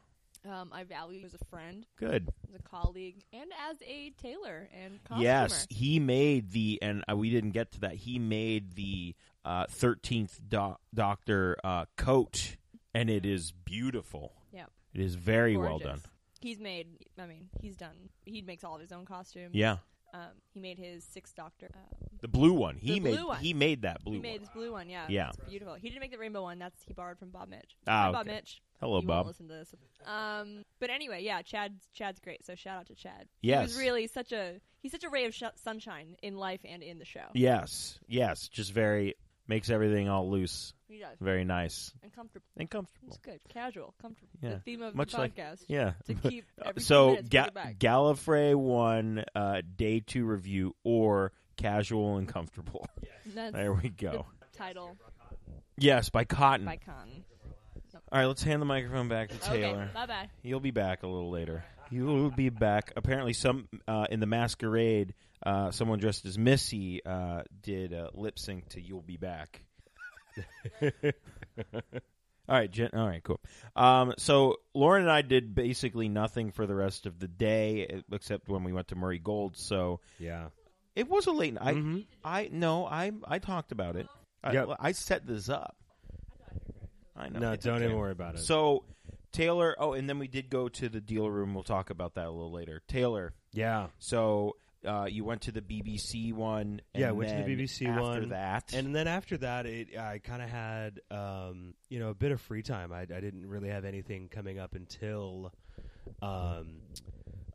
[SPEAKER 4] Um, I value you as a friend,
[SPEAKER 2] good
[SPEAKER 4] as a colleague, and as a tailor and costumer.
[SPEAKER 2] yes he made the and uh, we didn't get to that he made the uh, 13th doc- doctor uh, coat and it is beautiful
[SPEAKER 4] Yep.
[SPEAKER 2] it is very well
[SPEAKER 4] Gorgeous.
[SPEAKER 2] done
[SPEAKER 4] He's made. I mean, he's done. He makes all of his own costumes.
[SPEAKER 2] yeah
[SPEAKER 4] Um, he made his sixth Doctor. Um,
[SPEAKER 2] The blue one. He
[SPEAKER 4] The
[SPEAKER 2] made
[SPEAKER 4] blue one.
[SPEAKER 2] he made that blue
[SPEAKER 4] he made
[SPEAKER 2] one.
[SPEAKER 4] his blue one. Yeah.
[SPEAKER 2] Yeah.
[SPEAKER 4] It's beautiful. He didn't make the rainbow one. That's he borrowed from Bob Mitch.
[SPEAKER 2] Ah,
[SPEAKER 4] Hi, Bob
[SPEAKER 2] okay.
[SPEAKER 4] Mitch.
[SPEAKER 2] Hello,
[SPEAKER 4] you
[SPEAKER 2] Bob.
[SPEAKER 4] Won't listen to this. Um, but anyway, yeah, Chad. Chad's great. So shout out to Chad. He
[SPEAKER 2] Yes.
[SPEAKER 4] was really such a. He's such a ray of sh- sunshine in life and in the show.
[SPEAKER 2] Yes. Yes. Just very makes everything all loose.
[SPEAKER 4] He does.
[SPEAKER 2] Very nice
[SPEAKER 4] And comfortable.
[SPEAKER 2] and comfortable.
[SPEAKER 4] It's good, casual, comfortable.
[SPEAKER 2] Yeah.
[SPEAKER 4] The theme of
[SPEAKER 2] Much
[SPEAKER 4] the
[SPEAKER 2] like-
[SPEAKER 4] podcast
[SPEAKER 2] Yeah.
[SPEAKER 4] to keep every few
[SPEAKER 2] so
[SPEAKER 4] minutes, bring
[SPEAKER 2] Ga-
[SPEAKER 4] it back.
[SPEAKER 2] Gallifrey won uh, day two review or casual and comfortable.
[SPEAKER 4] That's
[SPEAKER 2] There we
[SPEAKER 4] the
[SPEAKER 2] go.
[SPEAKER 4] title
[SPEAKER 2] Yes, by Cotton.
[SPEAKER 4] by Con.
[SPEAKER 2] all right, let's hand the microphone back to Taylor.
[SPEAKER 4] Okay, bye bye.
[SPEAKER 2] He'll be back a little later. He'll be back. Apparently, some uh, in the masquerade, uh, someone dressed as Missy uh, did uh, lip sync to "You'll Be Back." all right, Jen. All right, cool. Um, so Lauren and I did basically nothing for the rest of the day, except when we went to Murray Gold. So
[SPEAKER 3] Yeah.
[SPEAKER 2] it was a late night.
[SPEAKER 3] Mhm.
[SPEAKER 2] I no, I I talked about it. I,
[SPEAKER 3] Yep.
[SPEAKER 2] I set this up. I know.
[SPEAKER 3] No,
[SPEAKER 2] it's
[SPEAKER 3] don't
[SPEAKER 2] okay.
[SPEAKER 3] even worry about it.
[SPEAKER 2] So Taylor, oh, and then we did go to the deal room. We'll talk about that a little later. Taylor,
[SPEAKER 3] yeah.
[SPEAKER 2] so uh, you went to the BBC one. And
[SPEAKER 3] Yeah, I went to the
[SPEAKER 2] then
[SPEAKER 3] BBC
[SPEAKER 2] after
[SPEAKER 3] one,
[SPEAKER 2] That
[SPEAKER 3] And then after that, it I kind of had um, you know a bit of free time. I, I didn't really have anything coming up until um,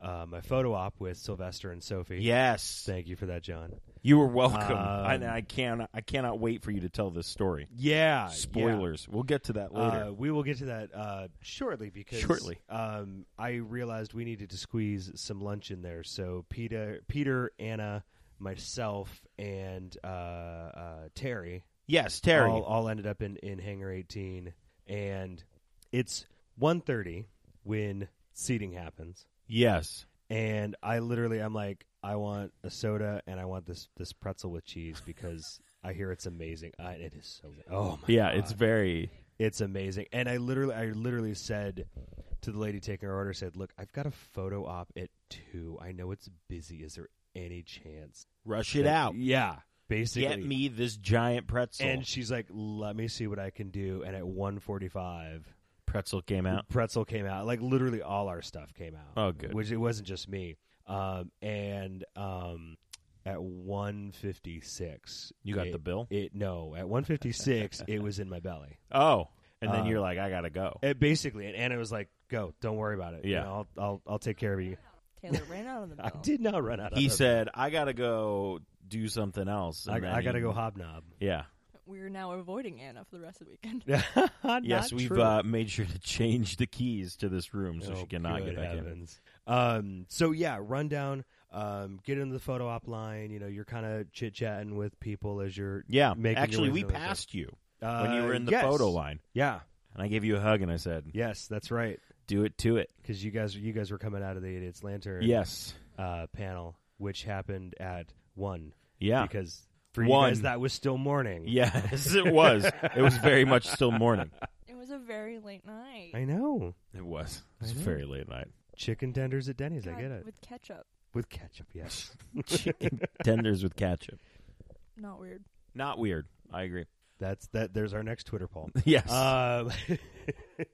[SPEAKER 3] uh, my photo op with Sylvester and Sophie.
[SPEAKER 2] yes,
[SPEAKER 3] thank you for that, John.
[SPEAKER 2] you were welcome.
[SPEAKER 3] Um,
[SPEAKER 2] and I can I cannot wait for you to tell this story.
[SPEAKER 3] Uh, Yeah,
[SPEAKER 2] Spoilers. We'll get to that later.
[SPEAKER 3] Uh, we will get to that uh, shortly because
[SPEAKER 2] Shortly.
[SPEAKER 3] um, I realized we needed to squeeze some lunch in there. So Peter, Peter, Anna, myself, and uh, uh, Terry,
[SPEAKER 2] yes, Terry.
[SPEAKER 3] all, all ended up in, in Hangar 18, and it's 1.30 when seating happens,
[SPEAKER 2] yes.
[SPEAKER 3] and I literally I'm like, I want a soda and I want this this pretzel with cheese because I hear it's amazing. I, it is so oh my
[SPEAKER 2] Yeah,
[SPEAKER 3] God.
[SPEAKER 2] it's very
[SPEAKER 3] It's amazing. And I literally I literally said to the lady taking her order, said, Look, I've got a photo op at two. I know it's busy. Is there any chance?
[SPEAKER 2] rush it
[SPEAKER 3] that-
[SPEAKER 2] out.
[SPEAKER 3] Yeah. Basically.
[SPEAKER 2] Get me this giant pretzel.
[SPEAKER 3] and she's like, Let me see what I can do. And at one forty five
[SPEAKER 2] pretzel came out.
[SPEAKER 3] pretzel came out. Like literally all our stuff came out.
[SPEAKER 2] Oh, good.
[SPEAKER 3] Which it wasn't just me. Um and um at one fifty six
[SPEAKER 2] You got the bill?
[SPEAKER 3] It no. At one fifty six it was in my belly.
[SPEAKER 2] Oh, and then
[SPEAKER 3] Um,
[SPEAKER 2] you're like, I gotta go.
[SPEAKER 3] It basically, and Anna was like, "Go, don't worry about it. You
[SPEAKER 2] Yeah.
[SPEAKER 3] know, I'll, I'll I'll take care of you."
[SPEAKER 4] Taylor ran out on the
[SPEAKER 3] I
[SPEAKER 4] bill.
[SPEAKER 3] did not run out.
[SPEAKER 2] He
[SPEAKER 3] of
[SPEAKER 2] said, I gotta go do something else.
[SPEAKER 3] "I,
[SPEAKER 2] and then
[SPEAKER 3] I gotta
[SPEAKER 2] he-
[SPEAKER 3] go hobnob."
[SPEAKER 2] Yeah.
[SPEAKER 4] We're now avoiding Anna for the rest of the weekend.
[SPEAKER 2] Yes,
[SPEAKER 3] Not
[SPEAKER 2] we've
[SPEAKER 3] true.
[SPEAKER 2] uh, made sure to change the keys to this room so
[SPEAKER 3] Oh,
[SPEAKER 2] she cannot get
[SPEAKER 3] good
[SPEAKER 2] back in.
[SPEAKER 3] heavens. Um, so yeah, run down. Um, get into the photo op line. You know, you're kind of chit chatting with people as you're
[SPEAKER 2] Yeah,
[SPEAKER 3] making your
[SPEAKER 2] actually,
[SPEAKER 3] way
[SPEAKER 2] we
[SPEAKER 3] through the
[SPEAKER 2] passed you
[SPEAKER 3] photo.
[SPEAKER 2] when you
[SPEAKER 3] Uh,
[SPEAKER 2] were in the
[SPEAKER 3] yes.
[SPEAKER 2] photo line,
[SPEAKER 3] Yeah,
[SPEAKER 2] and I gave you a hug and I said,
[SPEAKER 3] yes, that's right.
[SPEAKER 2] "Do it to it."
[SPEAKER 3] Because you guys you guys were coming out of the Idiot's Lantern
[SPEAKER 2] Yes,
[SPEAKER 3] uh, panel, which happened at one
[SPEAKER 2] yeah,
[SPEAKER 3] because for you
[SPEAKER 2] One.
[SPEAKER 3] guys that was still morning.
[SPEAKER 2] yes, it was. it was very much still morning.
[SPEAKER 4] It was a very late night.
[SPEAKER 3] I know.
[SPEAKER 2] It was. It was
[SPEAKER 3] I know.
[SPEAKER 2] very late night.
[SPEAKER 3] Chicken tenders at Denny's.
[SPEAKER 4] God,
[SPEAKER 3] I get it with,
[SPEAKER 4] With ketchup.
[SPEAKER 3] ketchup. Yes.
[SPEAKER 2] Chicken tenders with ketchup.
[SPEAKER 4] Not weird.
[SPEAKER 2] Not weird. I agree.
[SPEAKER 3] That's that. There's our next Twitter poll.
[SPEAKER 2] Yes.
[SPEAKER 3] um,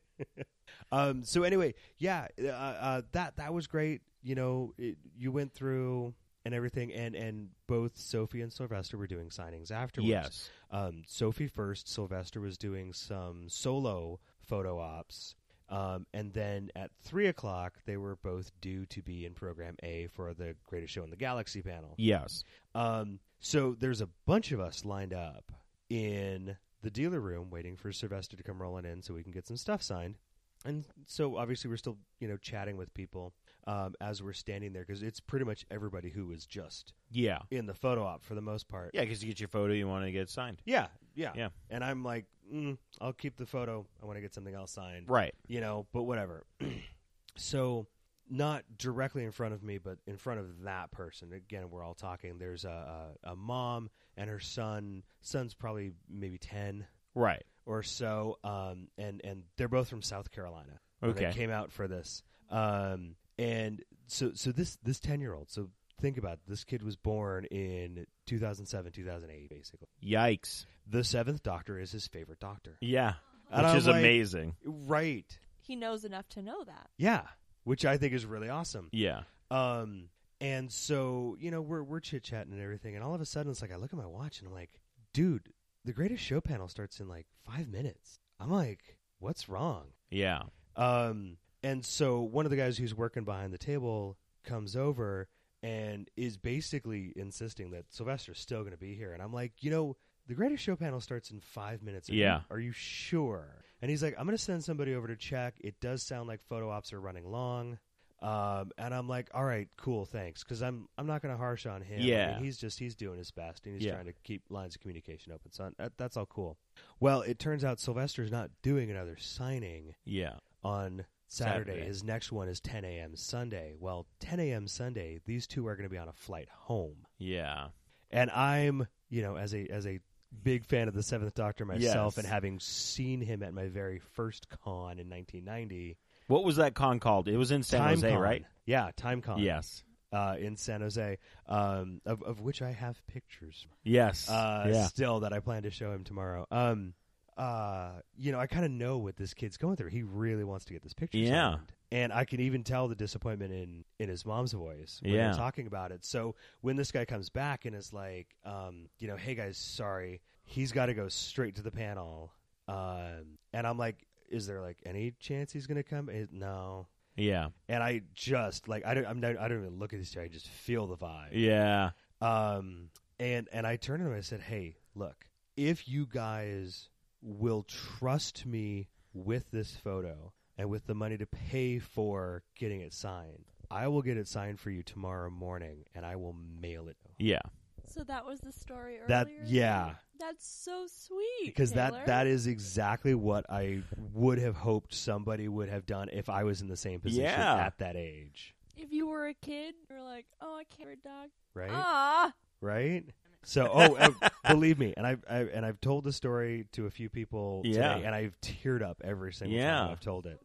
[SPEAKER 3] um. So anyway, yeah. Uh, uh, that that was great. You know, it, you went through and everything, and and both Sophie and Sylvester were doing signings afterwards.
[SPEAKER 2] yes.
[SPEAKER 3] Um. Sophie first. Sylvester was doing some solo photo ops. Um, and then at three o'clock, they were both due to be in Program A for the Greatest Show in the Galaxy panel.
[SPEAKER 2] Yes.
[SPEAKER 3] Um, so there's a bunch of us lined up in the dealer room waiting for Sylvester to come rolling in so we can get some stuff signed. And so obviously we're still, you know, chatting with people um, as we're standing there because it's pretty much everybody who was just
[SPEAKER 2] Yeah.
[SPEAKER 3] in the photo op for the most part.
[SPEAKER 2] Yeah, because you get your photo, you want to get signed.
[SPEAKER 3] Yeah. Yeah.
[SPEAKER 2] Yeah.
[SPEAKER 3] And I'm like, mm, I'll keep the photo. I want to get something else signed
[SPEAKER 2] Right.
[SPEAKER 3] you know, but whatever. so, not directly in front of me, but in front of that person. Again, we're all talking. There's a, a, a mom and her son. Son's probably maybe 10
[SPEAKER 2] Right.
[SPEAKER 3] or so. Um, and, and they're both from South Carolina. when They
[SPEAKER 2] Okay.
[SPEAKER 3] came out for this. Um, and so, so this, this 10 year old, so think about it. this kid was born in 2007, 2008, basically.
[SPEAKER 2] Yikes.
[SPEAKER 3] The seventh doctor is his favorite doctor.
[SPEAKER 2] Yeah.
[SPEAKER 3] And
[SPEAKER 2] Which
[SPEAKER 3] I'm
[SPEAKER 2] is
[SPEAKER 3] like-
[SPEAKER 2] amazing.
[SPEAKER 3] Right.
[SPEAKER 4] He knows enough to know that.
[SPEAKER 3] Yeah. Which I think is really awesome.
[SPEAKER 2] Yeah.
[SPEAKER 3] Um, and so you know we're we're chit chatting and everything, and all of a sudden it's like I look at my watch and I'm like, dude, the greatest show panel starts in like five minutes. I'm like, what's wrong?
[SPEAKER 2] Yeah.
[SPEAKER 3] Um, and so one of the guys who's working behind the table comes over and is basically insisting that Sylvester's still going to be here, and I'm like, you know. The greatest show panel starts in five minutes. Are you-
[SPEAKER 2] Yeah.
[SPEAKER 3] Are you sure? And he's like, I'm going to send somebody over to check. It does sound like photo ops are running long. Um, and I'm like, all right, cool, thanks, because I'm I'm not going to harsh on him. I mean,
[SPEAKER 2] Yeah.
[SPEAKER 3] he's just he's doing his best and he's
[SPEAKER 2] Yeah.
[SPEAKER 3] trying to keep lines of communication open. So that, that's all cool. Well, it turns out Sylvester's not doing another signing
[SPEAKER 2] Yeah.
[SPEAKER 3] on Saturday.
[SPEAKER 2] Saturday.
[SPEAKER 3] His next one is 10 a.m. Sunday. Well, 10 a.m. Sunday, these two are going to be on a flight home,
[SPEAKER 2] Yeah.
[SPEAKER 3] and I'm you know as a as a big fan of the Seventh Doctor myself,
[SPEAKER 2] Yes.
[SPEAKER 3] and having seen him at my very first con in 1990,
[SPEAKER 2] What was that con called? It was in San
[SPEAKER 3] Time
[SPEAKER 2] Jose,
[SPEAKER 3] Con.
[SPEAKER 2] right?
[SPEAKER 3] Yeah, Time Con
[SPEAKER 2] Yes.
[SPEAKER 3] uh, in San Jose, um, of, of which I have pictures
[SPEAKER 2] Yes.
[SPEAKER 3] uh,
[SPEAKER 2] yeah.
[SPEAKER 3] still that I plan to show him tomorrow. Um, uh, you know, I kind of know what this kid's going through. He really wants to get this picture
[SPEAKER 2] Yeah.
[SPEAKER 3] signed. and I can even tell the disappointment in in his mom's voice when
[SPEAKER 2] Yeah.
[SPEAKER 3] they're talking about it. So when this guy comes back and is like, um, you know, hey guys, sorry, he's got to go straight to the panel, um, and I'm like, is there like any chance he's gonna come? Eh, no.
[SPEAKER 2] Yeah.
[SPEAKER 3] And I just like I don't I'm not, I don't even look at these two. I just feel the vibe.
[SPEAKER 2] Yeah.
[SPEAKER 3] Um, and and I turned to him and I said, "Hey, look, if you guys will trust me with this photo and with the money to pay for getting it signed, I will get it signed for you tomorrow morning, and I will mail it."
[SPEAKER 2] Yeah.
[SPEAKER 4] So that was the story earlier.
[SPEAKER 3] That yeah,
[SPEAKER 4] That's so sweet.
[SPEAKER 3] because
[SPEAKER 4] Taylor.
[SPEAKER 3] that that is exactly what I would have hoped somebody would have done if I was in the same position
[SPEAKER 2] Yeah.
[SPEAKER 3] at that age,
[SPEAKER 4] If you were a kid, you're like, oh, I can't read dog.
[SPEAKER 3] right?
[SPEAKER 4] Ah,
[SPEAKER 3] right? So, oh, uh, believe me, and I've, i and I've told the story to a few people
[SPEAKER 2] Yeah.
[SPEAKER 3] today, and I've teared up every single
[SPEAKER 2] Yeah.
[SPEAKER 3] time I've told it.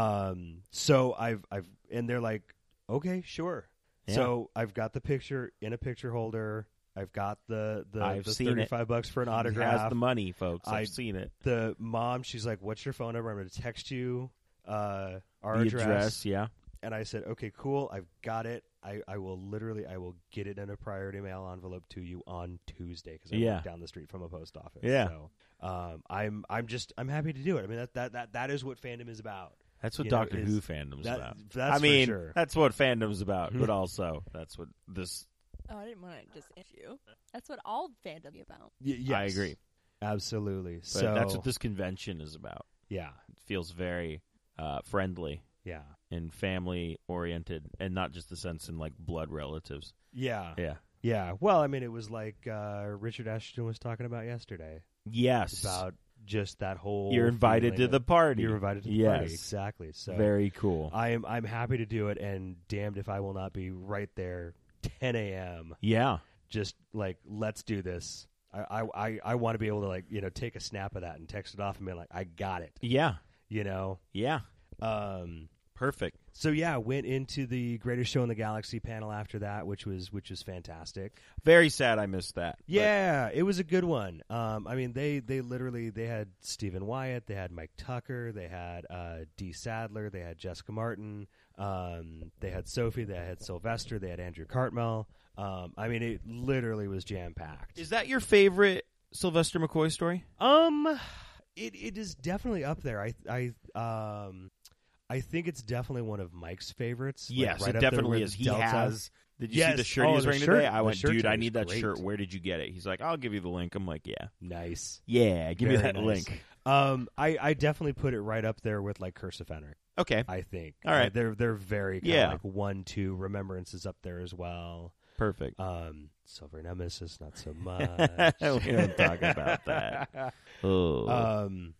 [SPEAKER 3] Um, so I've, I've, and they're like, okay, sure.
[SPEAKER 2] Yeah.
[SPEAKER 3] So I've got the picture in a picture holder. I've got the the,
[SPEAKER 2] I've
[SPEAKER 3] the
[SPEAKER 2] seen it.
[SPEAKER 3] thirty-five bucks for an
[SPEAKER 2] Has
[SPEAKER 3] autograph.
[SPEAKER 2] the money, folks. I've
[SPEAKER 3] I-
[SPEAKER 2] seen it.
[SPEAKER 3] the mom, she's like, "What's your phone number? I'm going to text you uh, our
[SPEAKER 2] the address. Yeah.
[SPEAKER 3] and I said, "Okay, cool. I've got it. I, I will literally I will get it in a priority mail envelope to you on Tuesday because I
[SPEAKER 2] Yeah.
[SPEAKER 3] work down the street from a post office.
[SPEAKER 2] Yeah.
[SPEAKER 3] So, um, I'm I'm just I'm happy to do it. I mean that that that, that is what fandom is about.
[SPEAKER 2] That's what
[SPEAKER 3] You know,
[SPEAKER 2] Doctor
[SPEAKER 3] is-
[SPEAKER 2] Who fandom's
[SPEAKER 3] that-
[SPEAKER 2] about.
[SPEAKER 3] that's
[SPEAKER 2] I
[SPEAKER 3] for
[SPEAKER 2] mean,
[SPEAKER 3] sure.
[SPEAKER 2] that's what fandom's about, but also that's what this.
[SPEAKER 4] oh, I didn't want to just issue. you. That's what all fandom be about.
[SPEAKER 3] Y- yes,
[SPEAKER 2] I agree.
[SPEAKER 3] absolutely.
[SPEAKER 2] But
[SPEAKER 3] so
[SPEAKER 2] that's what this convention is about.
[SPEAKER 3] yeah
[SPEAKER 2] It feels very uh, friendly
[SPEAKER 3] yeah
[SPEAKER 2] and family oriented, and not just the sense in like blood relatives.
[SPEAKER 3] yeah
[SPEAKER 2] Yeah.
[SPEAKER 3] yeah. Well, I mean, it was like uh, Richard Ashton was talking about yesterday
[SPEAKER 2] Yes.
[SPEAKER 3] about just that whole
[SPEAKER 2] you're invited to
[SPEAKER 3] feeling
[SPEAKER 2] the
[SPEAKER 3] of-
[SPEAKER 2] party.
[SPEAKER 3] You're invited to the
[SPEAKER 2] yes.
[SPEAKER 3] party. Exactly. So
[SPEAKER 2] Very cool.
[SPEAKER 3] I'm I'm happy to do it, and damned if I will not be right there, 10 a.m.
[SPEAKER 2] yeah.
[SPEAKER 3] Just like let's do this. I I, I, I want to be able to like you know take a snap of that and text it off and be like I got it.
[SPEAKER 2] Yeah.
[SPEAKER 3] You know.
[SPEAKER 2] Yeah.
[SPEAKER 3] Um.
[SPEAKER 2] Perfect.
[SPEAKER 3] So yeah, went into the Greatest Show in the Galaxy panel after that, which was which was fantastic.
[SPEAKER 2] Very sad I missed that. but-
[SPEAKER 3] Yeah, it was a good one. Um, I mean, they they literally they had Stephen Wyatt, they had Mike Tucker, they had uh, Dee Sadler, they had Jessica Martin, um, they had Sophie, they had Sylvester, they had Andrew Cartmel. Um, I mean, it literally was jam packed.
[SPEAKER 2] Is that your favorite Sylvester McCoy story?
[SPEAKER 3] Um, it it is definitely up there. I I um. I think it's definitely one of Mike's favorites. like, right
[SPEAKER 2] it
[SPEAKER 3] up there
[SPEAKER 2] definitely
[SPEAKER 3] with
[SPEAKER 2] is. He
[SPEAKER 3] Delta.
[SPEAKER 2] has. Did you see
[SPEAKER 3] Yes.
[SPEAKER 2] the shirt
[SPEAKER 3] Oh,
[SPEAKER 2] he was
[SPEAKER 3] the
[SPEAKER 2] wearing
[SPEAKER 3] shirt-
[SPEAKER 2] today? I
[SPEAKER 3] the
[SPEAKER 2] went,
[SPEAKER 3] shirt
[SPEAKER 2] dude,
[SPEAKER 3] today
[SPEAKER 2] I
[SPEAKER 3] was
[SPEAKER 2] need that
[SPEAKER 3] great.
[SPEAKER 2] shirt. Where did you get it? He's like, I'll give you the link. I'm like, yeah,
[SPEAKER 3] nice.
[SPEAKER 2] yeah, give me
[SPEAKER 3] Very
[SPEAKER 2] that
[SPEAKER 3] nice.
[SPEAKER 2] link.
[SPEAKER 3] Um, I, I definitely put it right up there with like Curse of Fenric.
[SPEAKER 2] Okay,
[SPEAKER 3] I think.
[SPEAKER 2] All right.
[SPEAKER 3] Uh, they're they're very kind
[SPEAKER 2] Yeah.
[SPEAKER 3] of like one two remembrances up there as well.
[SPEAKER 2] perfect.
[SPEAKER 3] Um, Silver Nemesis, not so much.
[SPEAKER 2] We don't talk about that. Oh,
[SPEAKER 3] Um,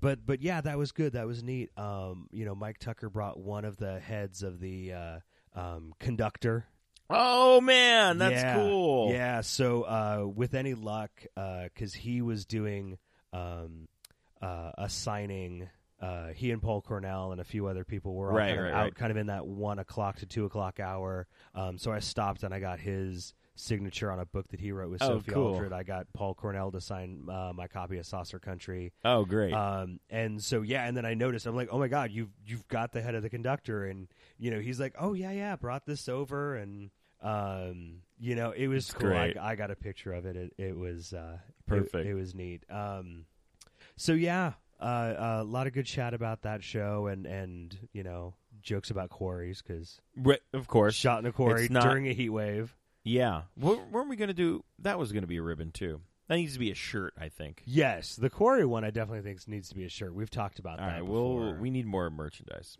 [SPEAKER 3] but but yeah, that was good. That was neat. Um, you know, Mike Tucker brought one of the heads of the uh, um, conductor.
[SPEAKER 2] oh man, that's
[SPEAKER 3] Yeah.
[SPEAKER 2] cool.
[SPEAKER 3] Yeah. So uh, with any luck, because he was doing um, uh, a signing. Uh, he and Paul Cornell and a few other people were all
[SPEAKER 2] Right,
[SPEAKER 3] kind of
[SPEAKER 2] right,
[SPEAKER 3] out,
[SPEAKER 2] right.
[SPEAKER 3] kind of in that one o'clock to two o'clock hour. Um, so I stopped and I got his signature on a book that he wrote with
[SPEAKER 2] Oh,
[SPEAKER 3] Sophie
[SPEAKER 2] cool.
[SPEAKER 3] Aldred. I got Paul Cornell to sign uh, my copy of Saucer Country.
[SPEAKER 2] Oh great.
[SPEAKER 3] Um, and so yeah, and then I noticed I'm like, oh my god, you've you've got the head of the conductor, and you know he's like, oh yeah, yeah, brought this over, and um, you know it was
[SPEAKER 2] That's
[SPEAKER 3] cool. I,
[SPEAKER 2] great.
[SPEAKER 3] I got a picture of it. It, it was uh, it-
[SPEAKER 2] Perfect.
[SPEAKER 3] It, was neat. Um, so yeah, uh, a lot of good chat about that show, and and you know jokes about quarries because
[SPEAKER 2] Re- of course.
[SPEAKER 3] shot in a quarry
[SPEAKER 2] it's not-
[SPEAKER 3] during a heat wave.
[SPEAKER 2] Yeah. What weren't we gonna do? That was gonna be a ribbon too. That needs to be a shirt, I think.
[SPEAKER 3] Yes, the quarry one I definitely think needs to be a shirt. We've talked about
[SPEAKER 2] All
[SPEAKER 3] that.
[SPEAKER 2] right. Well, we need more merchandise.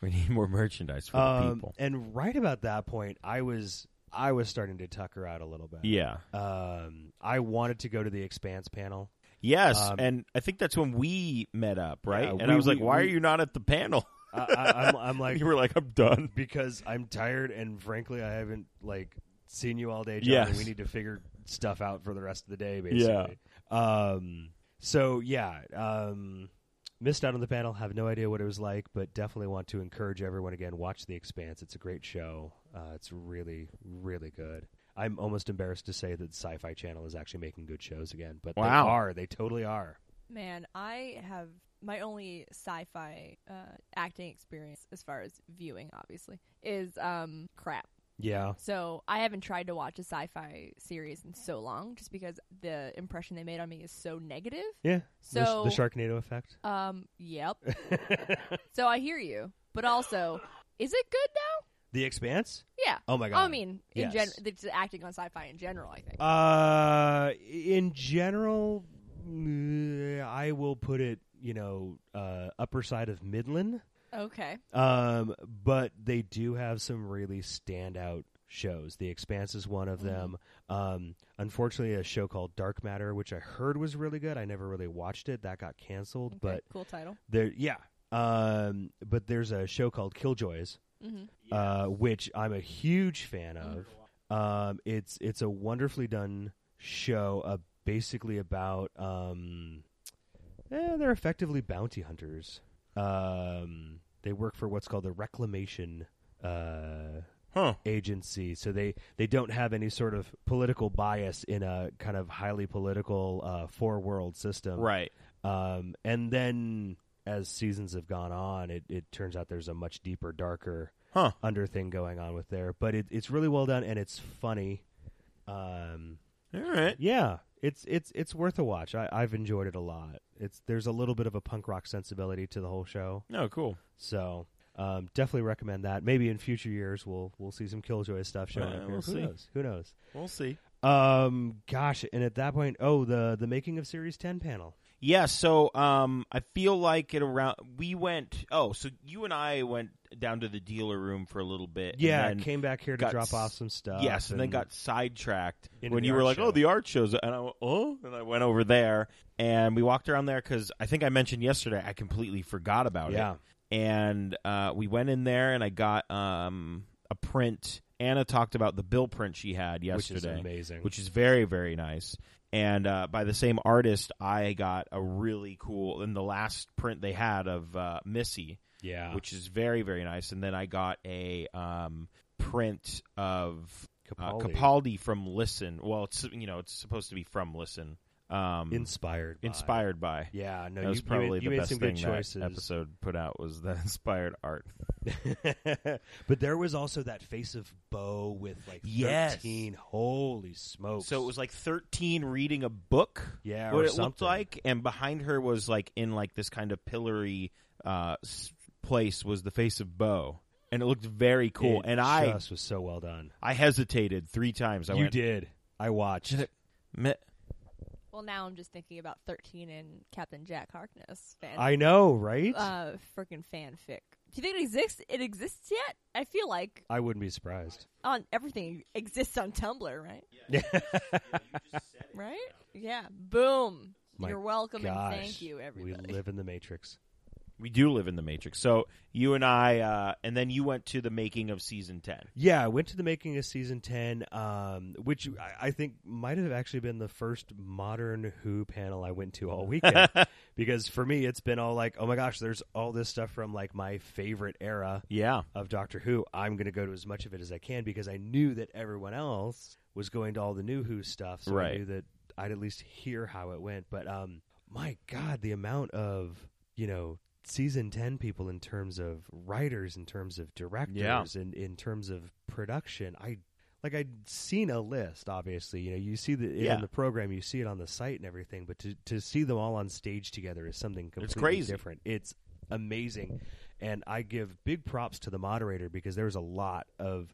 [SPEAKER 2] We need more merchandise for the
[SPEAKER 3] Um,
[SPEAKER 2] people.
[SPEAKER 3] and right about that point, I was I was starting to tucker out a little bit.
[SPEAKER 2] Yeah.
[SPEAKER 3] Um, I wanted to go to the Expanse panel.
[SPEAKER 2] Yes,
[SPEAKER 3] Um,
[SPEAKER 2] and I think that's when we met up, right?
[SPEAKER 3] Yeah,
[SPEAKER 2] and
[SPEAKER 3] we-
[SPEAKER 2] I was like,
[SPEAKER 3] we-
[SPEAKER 2] "Why
[SPEAKER 3] we-
[SPEAKER 2] are you not at the panel?"
[SPEAKER 3] I, I, I'm, I'm like
[SPEAKER 2] you were like, "I'm done."
[SPEAKER 3] because I'm tired and frankly I haven't like seen you all day. John,
[SPEAKER 2] Yes.
[SPEAKER 3] and we need to figure stuff out for the rest of the day. Basically. Um. So yeah. Um. Missed out on the panel. Have no idea what it was like, but definitely want to encourage everyone again. Watch The Expanse. It's a great show. Uh, it's really, really good. I'm almost embarrassed to say that Sci-Fi Channel is actually making good shows again, but
[SPEAKER 2] Wow.
[SPEAKER 3] they are. They totally are.
[SPEAKER 4] Man, I have my only sci-fi uh, acting experience, as far as viewing, obviously, is um, crap.
[SPEAKER 3] Yeah.
[SPEAKER 4] So I haven't tried to watch a sci-fi series in so long, just because the impression they made on me is so negative.
[SPEAKER 3] Yeah. The sh-
[SPEAKER 4] So
[SPEAKER 3] the Sharknado effect.
[SPEAKER 4] Um, yep. so I hear you, but also, is it good now?
[SPEAKER 3] the Expanse.
[SPEAKER 4] Yeah.
[SPEAKER 3] Oh my god.
[SPEAKER 4] I mean, in
[SPEAKER 3] Yes.
[SPEAKER 4] general, it's acting on sci-fi in general. I think.
[SPEAKER 3] Uh, in general, mm, I will put it, you know, uh, upper side of Midland.
[SPEAKER 4] okay.
[SPEAKER 3] Um, but they do have some really standout shows. The Expanse is one of them. Um, unfortunately, a show called Dark Matter, which I heard was really good. I never really watched it. That got canceled.
[SPEAKER 4] Okay,
[SPEAKER 3] But
[SPEAKER 4] cool title.
[SPEAKER 3] there, yeah. Um, but there's a show called Killjoys,
[SPEAKER 4] Mm-hmm.
[SPEAKER 3] uh, which I'm a huge fan of. Um, it's it's a wonderfully done show, uh, basically about um, eh, they're effectively bounty hunters. Um, they work for what's called the reclamation uh,
[SPEAKER 2] Huh.
[SPEAKER 3] agency, so they they don't have any sort of political bias in a kind of highly political uh, four world system,
[SPEAKER 2] Right.
[SPEAKER 3] um, and then as seasons have gone on, it, it turns out there's a much deeper, darker
[SPEAKER 2] Huh.
[SPEAKER 3] under thing going on with there. But it, it's really well done and it's funny. Um,
[SPEAKER 2] All right.
[SPEAKER 3] yeah, it's it's it's worth a watch. I, I've enjoyed it a lot. It's there's a little bit of a punk rock sensibility to the whole show,
[SPEAKER 2] No, cool.
[SPEAKER 3] so um, definitely recommend that. Maybe in future years we'll we'll see some Killjoy stuff showing
[SPEAKER 2] Uh,
[SPEAKER 3] up here.
[SPEAKER 2] we'll
[SPEAKER 3] Who
[SPEAKER 2] see.
[SPEAKER 3] knows? Who knows?
[SPEAKER 2] We'll see.
[SPEAKER 3] Um, gosh, and at that point, oh the the making of series ten panel.
[SPEAKER 2] Yeah, so um, I feel like it around. We went. Oh, so you and I went down to the dealer room for a little bit. and
[SPEAKER 3] Yeah,
[SPEAKER 2] then-
[SPEAKER 3] came back here to
[SPEAKER 2] got
[SPEAKER 3] drop
[SPEAKER 2] s-
[SPEAKER 3] off some stuff.
[SPEAKER 2] yes, and, then got sidetracked
[SPEAKER 3] Uh, Into
[SPEAKER 2] when
[SPEAKER 3] the
[SPEAKER 2] you were
[SPEAKER 3] art
[SPEAKER 2] like,
[SPEAKER 3] show.
[SPEAKER 2] "Oh, the art shows," and I went, "Oh," and I went over there, and we walked around there because I think I mentioned yesterday I completely forgot about it.
[SPEAKER 3] yeah.
[SPEAKER 2] and uh, we went in there, and I got um, a print. Anna talked about the bill print she had
[SPEAKER 3] which is
[SPEAKER 2] yesterday,
[SPEAKER 3] amazing.
[SPEAKER 2] which is very very nice and uh, by the same artist i got a really cool and the last print they had of uh, missy
[SPEAKER 3] yeah,
[SPEAKER 2] which is very very nice and then i got a um, print of uh,
[SPEAKER 3] Capaldi.
[SPEAKER 2] capaldi from listen well it's you know it's supposed to be from listen um,
[SPEAKER 3] inspired, by.
[SPEAKER 2] inspired by
[SPEAKER 3] Yeah, no,
[SPEAKER 2] that was
[SPEAKER 3] you,
[SPEAKER 2] probably the
[SPEAKER 3] you made, you made
[SPEAKER 2] best
[SPEAKER 3] some
[SPEAKER 2] thing
[SPEAKER 3] good
[SPEAKER 2] that
[SPEAKER 3] choices.
[SPEAKER 2] episode put out was the inspired art.
[SPEAKER 3] but there was also that face of Bo with like
[SPEAKER 2] Yes.
[SPEAKER 3] thirteen. Holy smokes!
[SPEAKER 2] So it was like thirteen reading a book.
[SPEAKER 3] yeah,
[SPEAKER 2] what
[SPEAKER 3] or
[SPEAKER 2] it looked
[SPEAKER 3] something.
[SPEAKER 2] like, and behind her was like in like this kind of pillory uh, s- place was the face of Bo, and it looked very cool.
[SPEAKER 3] It
[SPEAKER 2] and I
[SPEAKER 3] just was so well done.
[SPEAKER 2] I hesitated three times. I
[SPEAKER 3] you
[SPEAKER 2] went,
[SPEAKER 3] did. I watched.
[SPEAKER 2] "Meh."
[SPEAKER 4] Well, now I'm just thinking about 13 and Captain Jack Harkness. Fan-
[SPEAKER 3] I know, right?
[SPEAKER 4] uh, freaking fanfic. Do you think it exists? It exists yet? I feel like
[SPEAKER 3] I wouldn't be surprised.
[SPEAKER 4] on everything exists on Tumblr, right? Right? Yeah. Boom.
[SPEAKER 3] My
[SPEAKER 4] You're welcome
[SPEAKER 3] Gosh,
[SPEAKER 4] and thank you, everybody.
[SPEAKER 3] We live in the Matrix.
[SPEAKER 2] we do live in the Matrix. So you and I, uh, and then you went to the making of season ten.
[SPEAKER 3] Yeah, I went to the making of season ten, um, which I, I think might have actually been the first modern Who panel I went to all weekend. because for me, it's been all like, oh my gosh, there's all this stuff from like my favorite era
[SPEAKER 2] Yeah,
[SPEAKER 3] of Doctor Who. I'm going to go to as much of it as I can because I knew that everyone else was going to all the new Who stuff, so I
[SPEAKER 2] Right.
[SPEAKER 3] knew that I'd at least hear how it went. But um, my God, the amount of you know season ten people in terms of writers, in terms of directors, in in terms of production, I. Like I'd seen a list, obviously, you know, you see the
[SPEAKER 2] Yeah.
[SPEAKER 3] in the program, you see it on the site and everything, but to, to see them all on stage together is something completely
[SPEAKER 2] crazy.
[SPEAKER 3] different. It's amazing, and I give big props to the moderator because there's a lot of